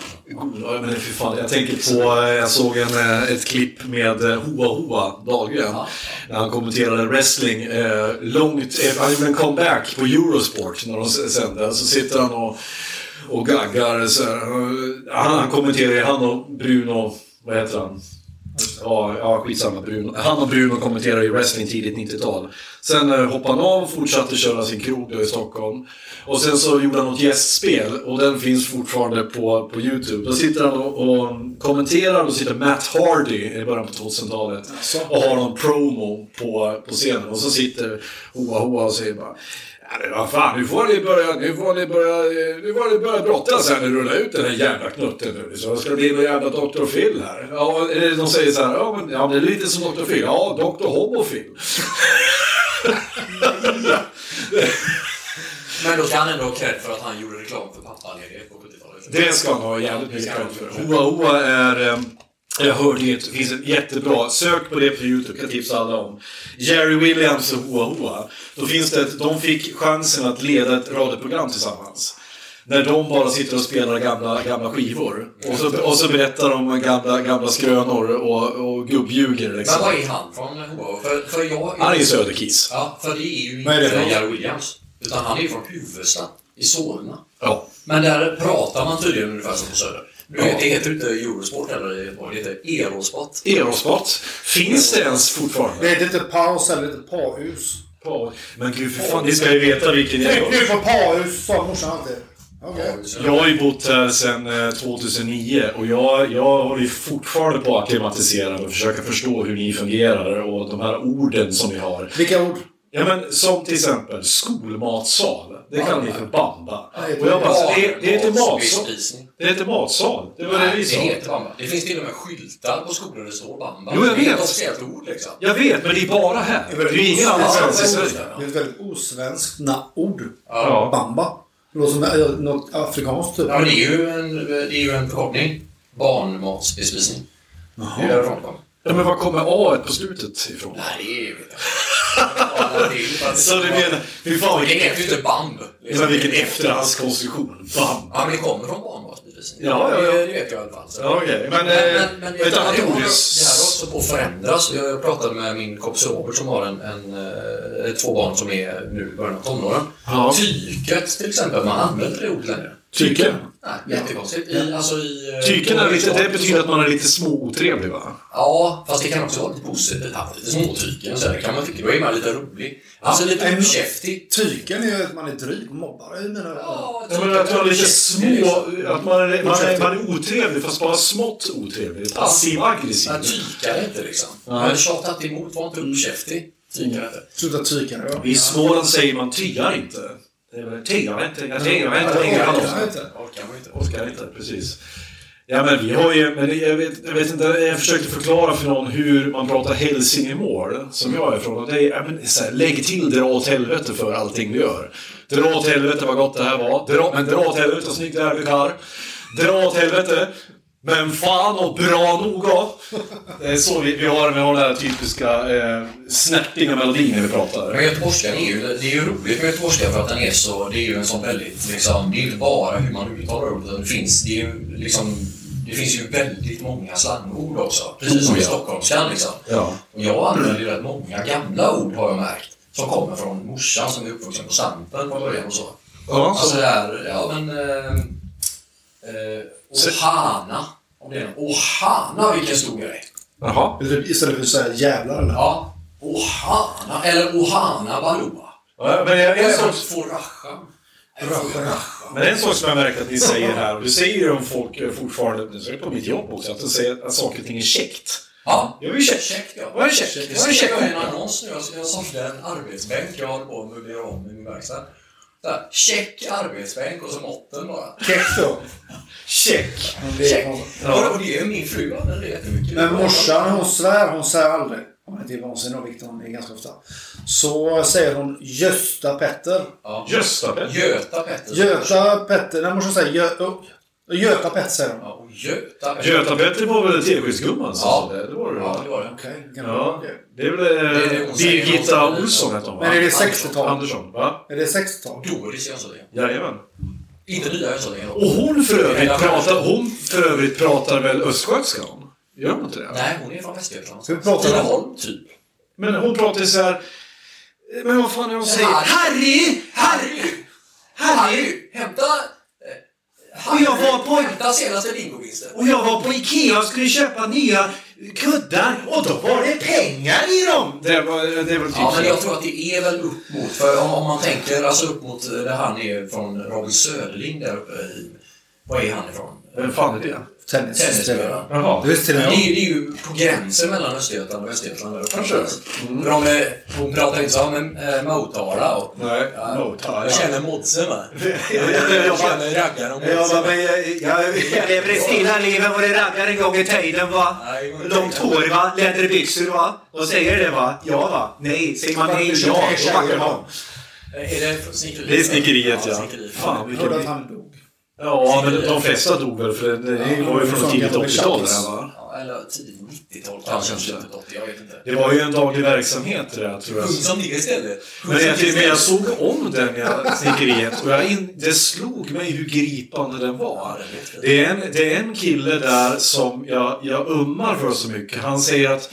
Ja, men fy fan, jag tänker på... eh, Jag såg en, eh, ett klipp med eh, Hoa Hoa Dahlgren. När han kommenterade wrestling eh, långt... eh, Han gjorde en comeback på Eurosport när de s- sände. Så sitter han och, och gaggar. Så här. Han, han kommenterar, han och Bruno... Vad heter han? Ja, ja skitsamma. Bruno. Han och Bruno kommenterade ju wrestling tidigt 90-tal. Sen eh, hoppade han av och fortsatte köra sin krog då i Stockholm. Och sen så gjorde han något gästspel och den finns fortfarande på, på YouTube. Då sitter han och, och kommenterar och sitter Matt Hardy i början på 2000-talet och har någon promo på, på scenen. Och så sitter Hoa Hoa och säger bara Ja, men vad fan, nu får ni börja, nu får ni börja, eh, nu får ni börja brottas här när du rullar ut den här jävla knutten nu. Så ska det bli någon jävla Dr. Phil här. Ja, eller de säger så här, ja men, ja, men det är lite som Dr. Phil. Ja, Dr. Homo Phil.
Men då ska han ändå ha cred för att han gjorde reklam för pappaledighet på 70-talet.
Det ska han ha jävligt mycket cred för. Hoa Hoa är... eh, Jag hörde ju, det finns ett jättebra, sök på det på YouTube, kan tipsa alla om. Jerry Williams och Hoa Hoa. Då finns det ett, de fick chansen att leda ett radioprogram tillsammans. När de bara sitter och spelar gamla, gamla skivor. Och så, och så berättar de om gamla, gamla skrönor och, och gubbjuger liksom.
Men var är han från Hoa? För, för jag...
Han är ju Söderkis.
Ja, för det är ju
Vad är det
inte
för något?
Jerry Williams. Utan han är ju från Huvudsta, i Solna.
Ja.
Men där pratar man tydligen ungefär som på Söder. Du vet, Det heter inte Eurosport eller i Göteborg, det heter Erosport.
Erospot. Finns det ens fortfarande?
Det heter inte paus eller det heter pahus.
Men gud för fan, ni ska ju veta vilken jag
Flytt nu från pahus, sa morsan alltid. Okej.
Jag har ju bott här sedan eh, 2009 och jag, jag håller ju fortfarande på att acklimatisera och försöka förstå hur ni fungerar och de här orden som ni har.
Vilka ord?
Ja, men som till exempel skolmatsal. Det kan ni för bamba.
Nej,
Och jag bara, det, det är inte matsal.
Matbespisning.
Det heter matsal. Det var det
Nej,
vi
det
sa.
heter bamba. Det finns till och med skyltar på skolor där det står bamba.
Jo, jag
Det är
vet.
ett officiellt ord liksom.
Jag vet, men det är bara här. Det är ingen annanstans i Sverige.
Det är ett väldigt osvenskt na- ord.
Ja.
Bamba. Det låter som eh, något afrikanskt typ.
Ja, men det är ju en, det är ju en förkortning. Barnmatsbespisning. Det är därifrån det kommer.
Ja, men var kommer A på slutet ifrån?
Nej, det är ju... Ja, det är ju faktiskt-
Så du menar, fy fan
Det
vilken
heter ju
efter...
inte bamb. liksom.
Ja, men vilken efterhandskonstruktion. Bam!
Ja, men det kommer från barnmatsbespisning.
Ja, ja, ja.
Det, det vet jag i alla fall. Så.
Ja, okej. Men,
Men,
eh,
men, men det,
ett
det,
annat
har,
ord
det
är...
här också på att förändras. Jag jag pratade med min kompis Robert som har en, en, eh, två barn som är nu i början av tonåren.
Ja.
Tyket till exempel, man använder det ordet längre.
Tyken.
Nej, jättekonstigt. I, alltså i, eh,
Tyken är lite, det
tonårsstadiet
betyder
så-
att man är lite småotrevlig, va?
Ja, fast det kan också vara lite positivt. Han är lite
Mm.
småtyken och så här, det kan man tycka. Då är man lite rolig. Alltså lite
en-
käftig.
Tyken är ju att man är dryg mobbare i mina ögon.
Ja, men att man är lite små, att man är, man är, man är otrevlig fast bara smått otrevlig. Passiv-aggressiv.
Man tykar inte liksom. Men tjatat emot, var
Mm.
inte uppkäftig. Tykar inte.
Sluta tyka nu.
I Småland säger man tyar inte. Det är väl, Tyar inte, jag tyar inte längre.
orkar
Alltså.
inte.
Orkar man inte.
Orkar inte, precis. Ja, men vi har ju, men jag vet, jag vet inte, jag försökte förklara för någon hur man pratar Hälsingemål, som jag är från. Och det är, ja, men, så här, lägg till dra åt helvete för allting du gör. Dra åt helvete vad gott det här var. Dra, men dra åt helvete vad snyggt det här blev karr. Dra åt helvete. Men fan och bra nog av. Det är så vi, vi har vi har den här typiska eh, snärtiga melodin när vi pratar.
Men göteborgskan är ju, det är ju roligt med göteborgskan för att den är så, det är ju en sån väldigt, liksom, det är ju inte bara hur man uttalar ord, utan det finns, det är ju liksom, det finns ju väldigt många slangord också. Precis som i
Ja.
stockholmskan liksom.
Ja.
Och jag använder ju rätt många gamla ord har jag märkt, som kommer från morsan som är uppvuxen på Sampen från början och så.
Ja,
Alltså det här, ja men... Eh, eh, Ohana, om det är någon. Ohana, vilken stor grej!
Jaha.
Eller typ, Istället för att säga jävlar eller?
Ja, Ohana, eller Ohana Baloo.
Ja, men jag,
En
en
sorts
sak,
forracha.
men en sak som jag märker att ni säger här, och du säger ju om folk eh, fortfarande, nu ser jag på mitt jobb också, att de säger att saker och ting är käckt.
Ja,
Jag vill check.
Check, ja.
Jag vill check.
Det
Jag vill check.
skrev jag i en annons nu. Jag- Jag sålde en arbetsbänk. Jag håller på att möblera om i min verkstad. Där, check arbetsbänk och så måtten bara.
Kex då.
Check!
Check. Ja. Och det är min fru använder det jättemycket.
Men morsan hon svär, hon säger aldrig. Om inte är vansinnig, vilket hon är ganska ofta. Så säger hon Gösta Petter.
Ja.
Gösta Petter.
Göta Pettersson.
Göta Petter. Nej, morsan säger Gö... oh, Göta Petter säger hon.
Ja, och Göta Pettersson.
Göta Petter var väl TV-skyddsgumman som
Ja.
sa det? Det var det
Ja, det
va?
var det.
Okej.
Ja.
okej.
Det är väl eh,
Det är det hon säger.
Birgitta Olsson hette hon va?
Men är det 60-tal?
Andersson, va?
Är det 60-tal?
Doris i Jönssonligan.
Jajamän.
Inte nya Jönssonligan.
Och hon för övrigt pratar, hon för övrigt pratar väl östgötska hon? Gör hon inte det?
Nej, hon är från Västergötland.
Hur pratar hon?
Tidaholm, typ.
Men hon pratar ju så här. eh, Men vad fan är det hon säger?
Harry! Harry! Harry! Hämta... eh, Harry,
Och jag var på-
Hämta senaste bingovinsten.
Och jag var på Ikea och skulle köpa nya kuddar och då var det pengar i dem! Det, var, det var typ
Ja, men
så.
jag tror att det är väl upp mot, för om, om man tänker alltså upp mot eh, där han är från Robin Söderling där uppe i, var är han ifrån?
Vem fan är det?
Tennis.
Tennisspelaren.
Jaha.
Du visste
Det
det?
är,
ja.
ju- det är ju på gränsen mellan Östergötland och Västergötland. där uppe.
Kanske. Mm.
För de, är- hon pratar inte som en äh, Motala. Och,
Nej,
Ja,
Motala.
Jag känner Modsen
[laughs]
va?
jag- jag-
Jag känner raggaren och Modsen.
men eh, jag, jag lever ett stilla liv, jag vore raggare en gång i tiden va.
Nej, jag-
Långt hår va, läderbyxor va. Vad säger det va? Ja va? Nej, säger man nej ja, då backar man.
Eh, Är det från snickeriet?
Det är snickeriet ja.
snickeriet.
Fan
Jag hörde att
vilken...
han dog.
Ja, men de flesta dog väl för det var ju från tidigt 80-tal det här va?
Ja, eller tidigt 90-tal kanske,
kanske.
slutet 80, jag vet inte.
Det var ju en daglig verksamhet det där tror jag.
Sjung som ligger istället. Sjung
Men
som
jag,
ligger
till och med jag
istället.
såg om den, jag, snickeriet, och jag in, det slog mig hur gripande den var. Det är en, det är en kille där som jag, jag ummar för så mycket. Han säger att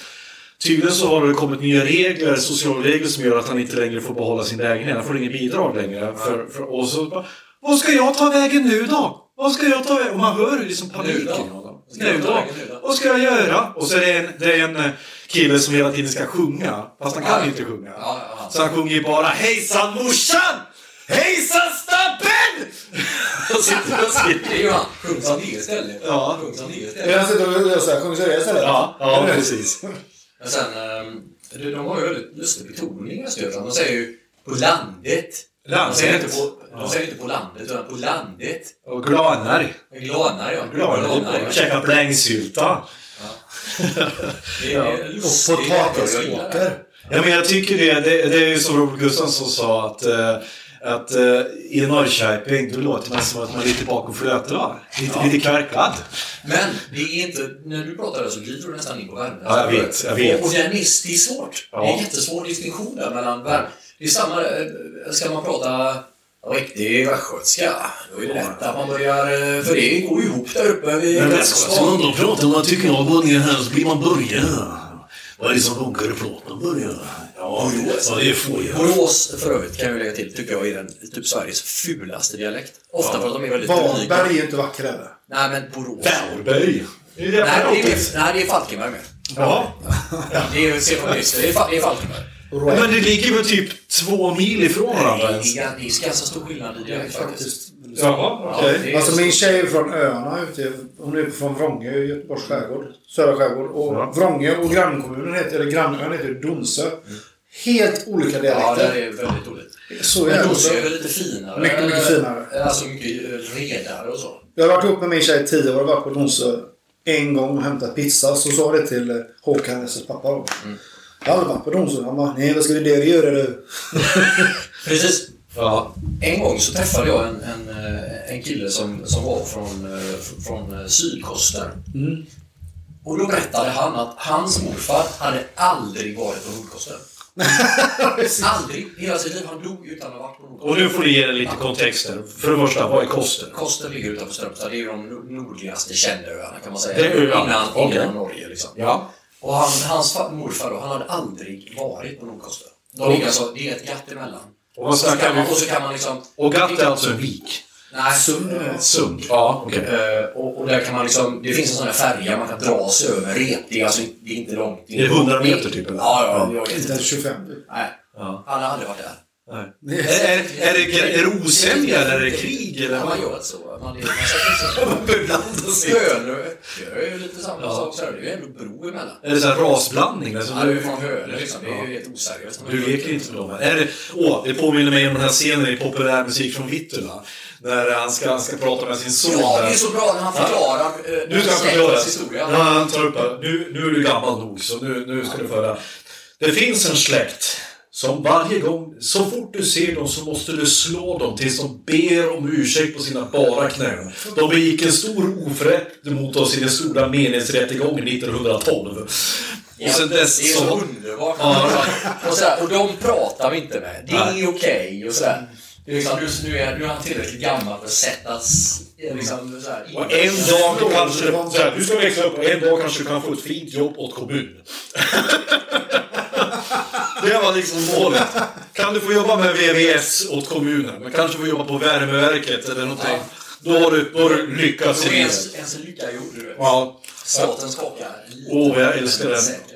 tydligen så har det kommit nya regler, sociala regler som gör att han inte längre får behålla sin lägenhet. Han får inget bidrag längre. För, för, och så bara, vad ska jag ta vägen nu då? Vad ska jag ta vägen? Och man hör ju liksom
Nu
paniken
då?
i honom.
Vad ska jag
Nu
ta
då?
vägen nu då?
Vad ska jag göra? Och så är det en, det är en eh, kille som hela tiden ska sjunga, fast han kan ju inte sjunga.
Ja, ja, ja.
Så han sjunger ju bara Hejsan morsan! Hejsan stabben! Han sitter och skriker.
Det är ju han. Sjung som ligger istället.
Ja.
Sjung som ligger istället.
Jag sitter och gör såhär, sjunger seriöst istället.
Ja, ja, precis.
Men sen, ehm, de de har ju väldigt lustig betoning i Östergötland. De säger ju på landet. De säger inte på, de säger inte på landet, utan på landet.
Och glanar.
Glanar, ja. Glanar, ja.
Glanar. Käka blängsylta.
Det är lustigt.
Och
Jag gillar det.
potatisåker.
Ja, men jag tycker det. Det, det är ju som Robert Gustafsson sa att, eh, att eh, i Norrköping då låter man som att man är lite bakom flötrar. Lite, lite kverkad.
Men det är inte, när du pratar där så glider du nästan in på värme.
Ja, jag vet, jag vet.
Och, och den är, det är svårt. Det är
Ja.
en jättesvår distinktion där mellan värme. Det är samma, eh, ska man prata riktig västgötska, då är det lätt att man börjar, eh, för det går ju ihop där uppe vid
Men
västkusten.
Västgötsman, de pratar om man tycker jag går ner här så blir man börjare. Vad är det som funkar i plåten börjare? Ja, ja, det är fågel.
Borås för övrigt kan jag lägga till, tycker jag är den, typ Sveriges fulaste dialekt. Ofta för att de är väldigt
Varberg är ju inte vacker heller.
Nej men Borås.
Bärberg. Det är
Nej,
jävla
det
roligt.
är, nej, det är Falkenberg med.
Jaha.
Det är, se på mig, det är, Fa- det är Falkenberg.
Ja, Men det ligger väl typ två mil ifrån varandra
Nej,
ens?
det är ganska stor skillnad i dialekt faktiskt.
Faktiskt.
Jaha,
Ja, det är-
Alltså min tjej är från öarna ute. Hon är från Vrångö i Göteborgs skärgård. Södra skärgård. Och
Ja.
Vrångö och grannkommunen heter, eller grannön heter Donsö. Helt olika
Ja, det
dialekter.
är väldigt roligt.
Så
Men
jävla
Dose är
bra.
väl lite finare?
Mycket, mycket finare.
Alltså mycket eh, redare och så.
Jag har varit ihop med min tjej i tio år och varit på Donsö en gång och hämtat pizza. Så sa jag det till eh, Håkan, Hesses pappa då.
Mm.
Jag har aldrig varit på Donsö. Han bara, nej vad ska du det göra
[laughs]
du?
Precis.
Ja.
En gång så träffade jag en, en, eh, en kille som, som var från, eh, fr- från eh, sydkusten. Mm. Och då berättade han att hans morfar hade aldrig varit på [laughs] Nordkusten. aldrig! Hela sitt liv. Han dog utan att ha varit på Nordkusten.
Och nu får du ge den lite kontexter. För det första, vad är kosten?
Kosten ligger utanför Strömstad. Det är ju de nor- nordligaste kändeöarna kan man säga.
Det är öarna.
Innan,
Okej.
innan Norge liksom.
Ja.
Och han, hans fa- morfar då, han hade aldrig varit på Nordkoster. De ligger alltså, det är ett gatt emellan.
Och vad
så kan
snackar
man,
vi-
och så kan man liksom...
Och Gatt är alltså en vik.
Nej. eh,
Sund. Ja, okej.
eh, och, och där kan man liksom... Det finns en sån här färja man kan dra sig över. Repig, alltså det är inte långt.
Det är 100 meter typ, eller?
Ja, ja. Jag vet
Inte
inte.
ens 25.
Nej. Han har aldrig varit där.
Nej. Är, är, är, det, är det osämja eller är det krig? Eller?
Ja, man
[laughs]
gör så. Man, är, man sätter sig... Hönö. Det är ju lite samma sak. Så här, det är ju ändå bro emellan.
Är det så här rasblandning? Alltså,
Han är ju från Hönö liksom. Det är ju helt oseriöst.
Du leker inte med dem. Är det, åh, det påminner mig om den här scenen i populär musik från Vittula. När han ska, han ska prata med sin son.
Ja,
där.
det är så bra när han förklarar eh,
Nu ska jag
släktens
förklara.
historia.
Ja, han tar upp här. nu, nu är du gammal nog, så nu, nu ska du föra. Det finns en släkt som varje gång, så fort du ser dem så måste du slå dem tills de ber om ursäkt på sina bara knän. De begick en stor oförrätt mot oss i den stora meningsrättegången 1912. Och sen
det är
dess
så
så...
underbart.
Ja.
[laughs] och, så här, och de pratar vi inte med. Det
Nej.
är okej. och så här. Det är liksom, nu, nu, är, nu är han tillräckligt gammal för att sättas liksom, så här, Alltså, in.
Och en dag kanske... Så här, du ska växa upp och en dag kanske du kan få ett fint jobb åt kommun. [laughs] Det var liksom målet. Kan du få jobba med VVS åt kommunen, men kanske få jobba på värmeverket eller någonting. Då har du, då har du lyckats
Då
i
är
livet.
ens, ens lycka gjord. du vet.
Ja.
Staten skakar. lite,
Åh, jag älskar
men
den.
säkert.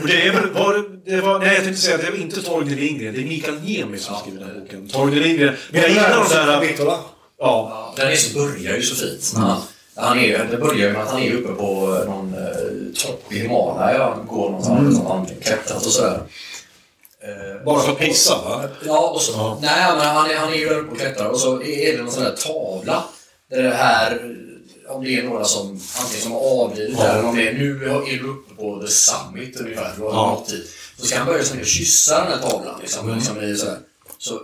Och det är väl, var, det- det var, nej jag tänkte säga att det var inte Torgny Lindgren, det är Mikael Niemi som skriver den här boken. Torgny Lindgren. Men jag gillar de där... eh,
Vittola.
Ja.
Ja, Den är så, börjar ju så fint. när Han, han är, det börjar ju med att han är uppe på någon eh, topp i Himalaya. Han går någonstans och han klättrat och sådär. Eh,
Bara för att pissa va?
Ja, och så, Nej, men han, är- han är ju där uppe och klättrar och så är det någon sån där tavla där det här, om det är några som antingen som har avlidit eller om det är nu är du uppe på the summit ungefär, du har
Ja. Mm.
nått dit. Så ska han börja som att kyssa den här tavlan liksom, liksom i så, här. så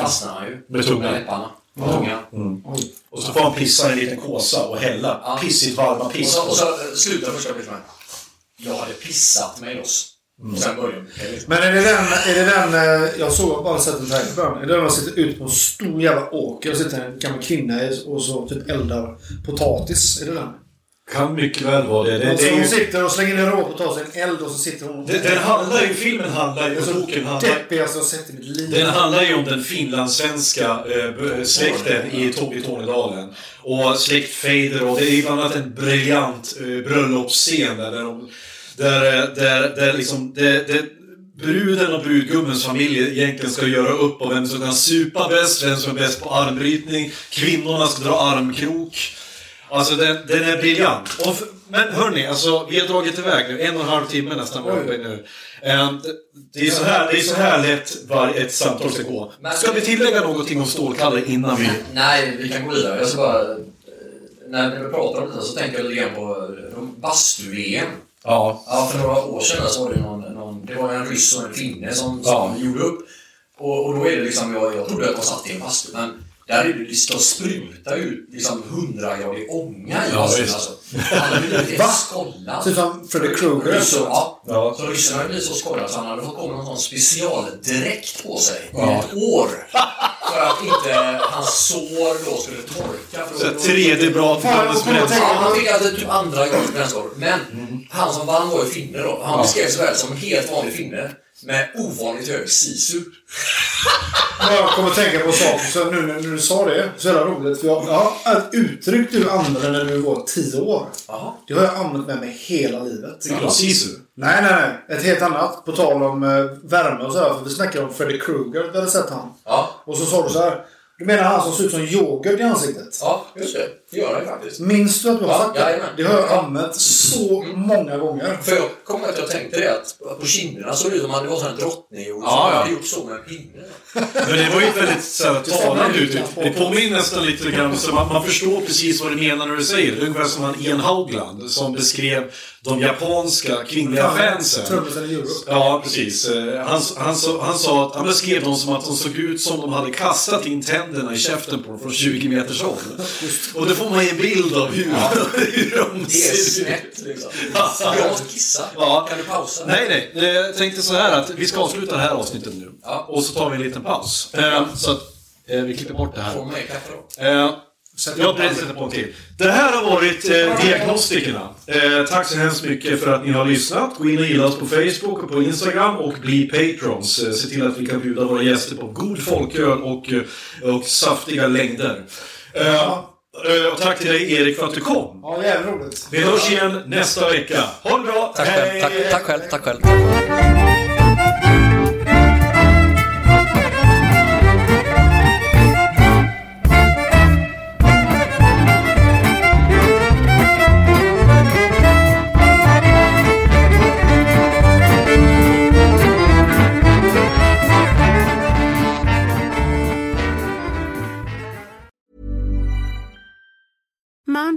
fastnar han ju.
Med tungan.
Med läpparna. Med tungan.
Och så får han pissa i en liten kåsa och hälla pissigt varma
Och
piss.
så, och så eh, slutar första kapitlet med Jag hade pissat mig loss. Och sen börjar det. Liksom.
Men är det den, är det den eh, jag såg bara sett en trailer på den. Är det den man sitter ute på en stor jävla åker och sitter en gammal kvinna i och så typ eldar potatis? Är det den?
Kan mycket väl vara det. det,
Alltså,
det är
hon
ju...
sitter och slänger ner råpotatis i en eld och så sitter hon...
Den, den handlar ju, filmen handlar ju,
det är
och
så
boken handlar
deppigaste jag har sett i mitt liv.
den handlar ju om den finlandssvenska eh, b- släkten i Tåg i Tornedalen. Och släktfejder och det är ju bland annat en briljant eh, bröllopsscen där, de, där, eh, där, där liksom det, det, bruden och brudgummens familj egentligen ska göra upp om vem som kan supa bäst, vem som är bäst på armbrytning, kvinnorna ska dra armkrok. Alltså den, den är briljant. Och f- men hörni, alltså, vi har dragit iväg nu. En och en halv timme nästan var uppe nu. Eh, det- Det är så här, det är så här lätt var ett samtal ska gå. Ska vi tillägga någonting om Stålkalle innan vi...
Nej, vi kan gå vidare. Jag ska bara... eh, När vi pratar om det här så tänker jag lite grann på eh, bastu-VM.
Ja.
Ja, för några år sedan så var det någon, någon det var en ryss och en finne som,
Ja.
som gjorde upp. Och, och då är det liksom, jag, jag trodde att de satt i en bastu, men där är det, det ska spruta ut liksom hundragradig ånga i
Ja,
bastun
visst.
alltså. Alla blir lite
Va?
skållade.
Typ som Freddy Krueger.
Så, ja.
Ja.
så ryssen hade blivit så skållad så han hade fått komma någon sån specialdräkt på sig i ett år. För att inte hans sår då skulle torka. För då-
Så här 3D-bratbrödets bränsle.
Ja, han fick alltså typ andra gången på den skor. Men han som vann var ju finne då. Han beskrevs väl som en helt vanlig finne med ovanligt hög sisu.
Men jag kommer att tänka på saker så nu när du sa det. Så jävla roligt. För jag, ja, ett uttryck du använde när du var tio år.
Jaha.
Det har jag använt med mig hela livet.
Ja, Sisu.
Nej, nej, nej. Ett helt annat. På tal om eh, värme och sådär. För vi snackade om Freddy Krueger. Vi hade sett han.
Ja,
Och så sa du så här. Du menar han som ser ut som yoghurt i ansiktet?
ja just det. Det gör han ju faktiskt.
Minns du att du har
Ja,
sagt det?
jajamän.
Det har jag
Ja.
använt så många gånger.
För jag kommer ihåg att jag tänkte det att på kinderna såg det ut som att det var sån här drottning och så
Ja, ja.
hade gjort så med en pinne.
Men det var ju ett väldigt så här, talande uttryck. Det påminner nästan lite grann, så man, man förstår precis vad du menar när du säger det. Det är Ungefär som han Ian Haugland som beskrev de japanska kvinnliga fansen.
Trummisen i Europe.
Ja, precis. Eh, Han, han, sa- han, sa att, han beskrev dem som att de såg ut som de hade kastat in tänderna i käften på dem från 20 meters håll. Och det får man ju en bild av hur, [laughs] hur
Det
de
är
ser ut.
snett liksom. Jag måste kissa.
Ja.
Kan du pausa?
Nej, nej. Jag tänkte så här att vi ska avsluta det här avsnittet nu.
Ja.
Och så tar vi en liten paus. Eh, Så att eh, vi klipper bort det här.
Få mig kaffe då.
Eh, jag bränner på en till. Det här har varit eh, Diagnostikerna. Eh, tack så hemskt mycket för att ni har lyssnat. Gå in och gilla oss på Facebook och på Instagram och bli patrons. Eh, se till att vi kan bjuda våra gäster på god folköl och, eh, och saftiga längder. Eh, eh, och tack till dig Erik för att du kom.
Ja, jävligt roligt.
Vi hörs igen nästa vecka. Ha det bra!
Tack själv. Tack, tack själv. Tack själv.
Mom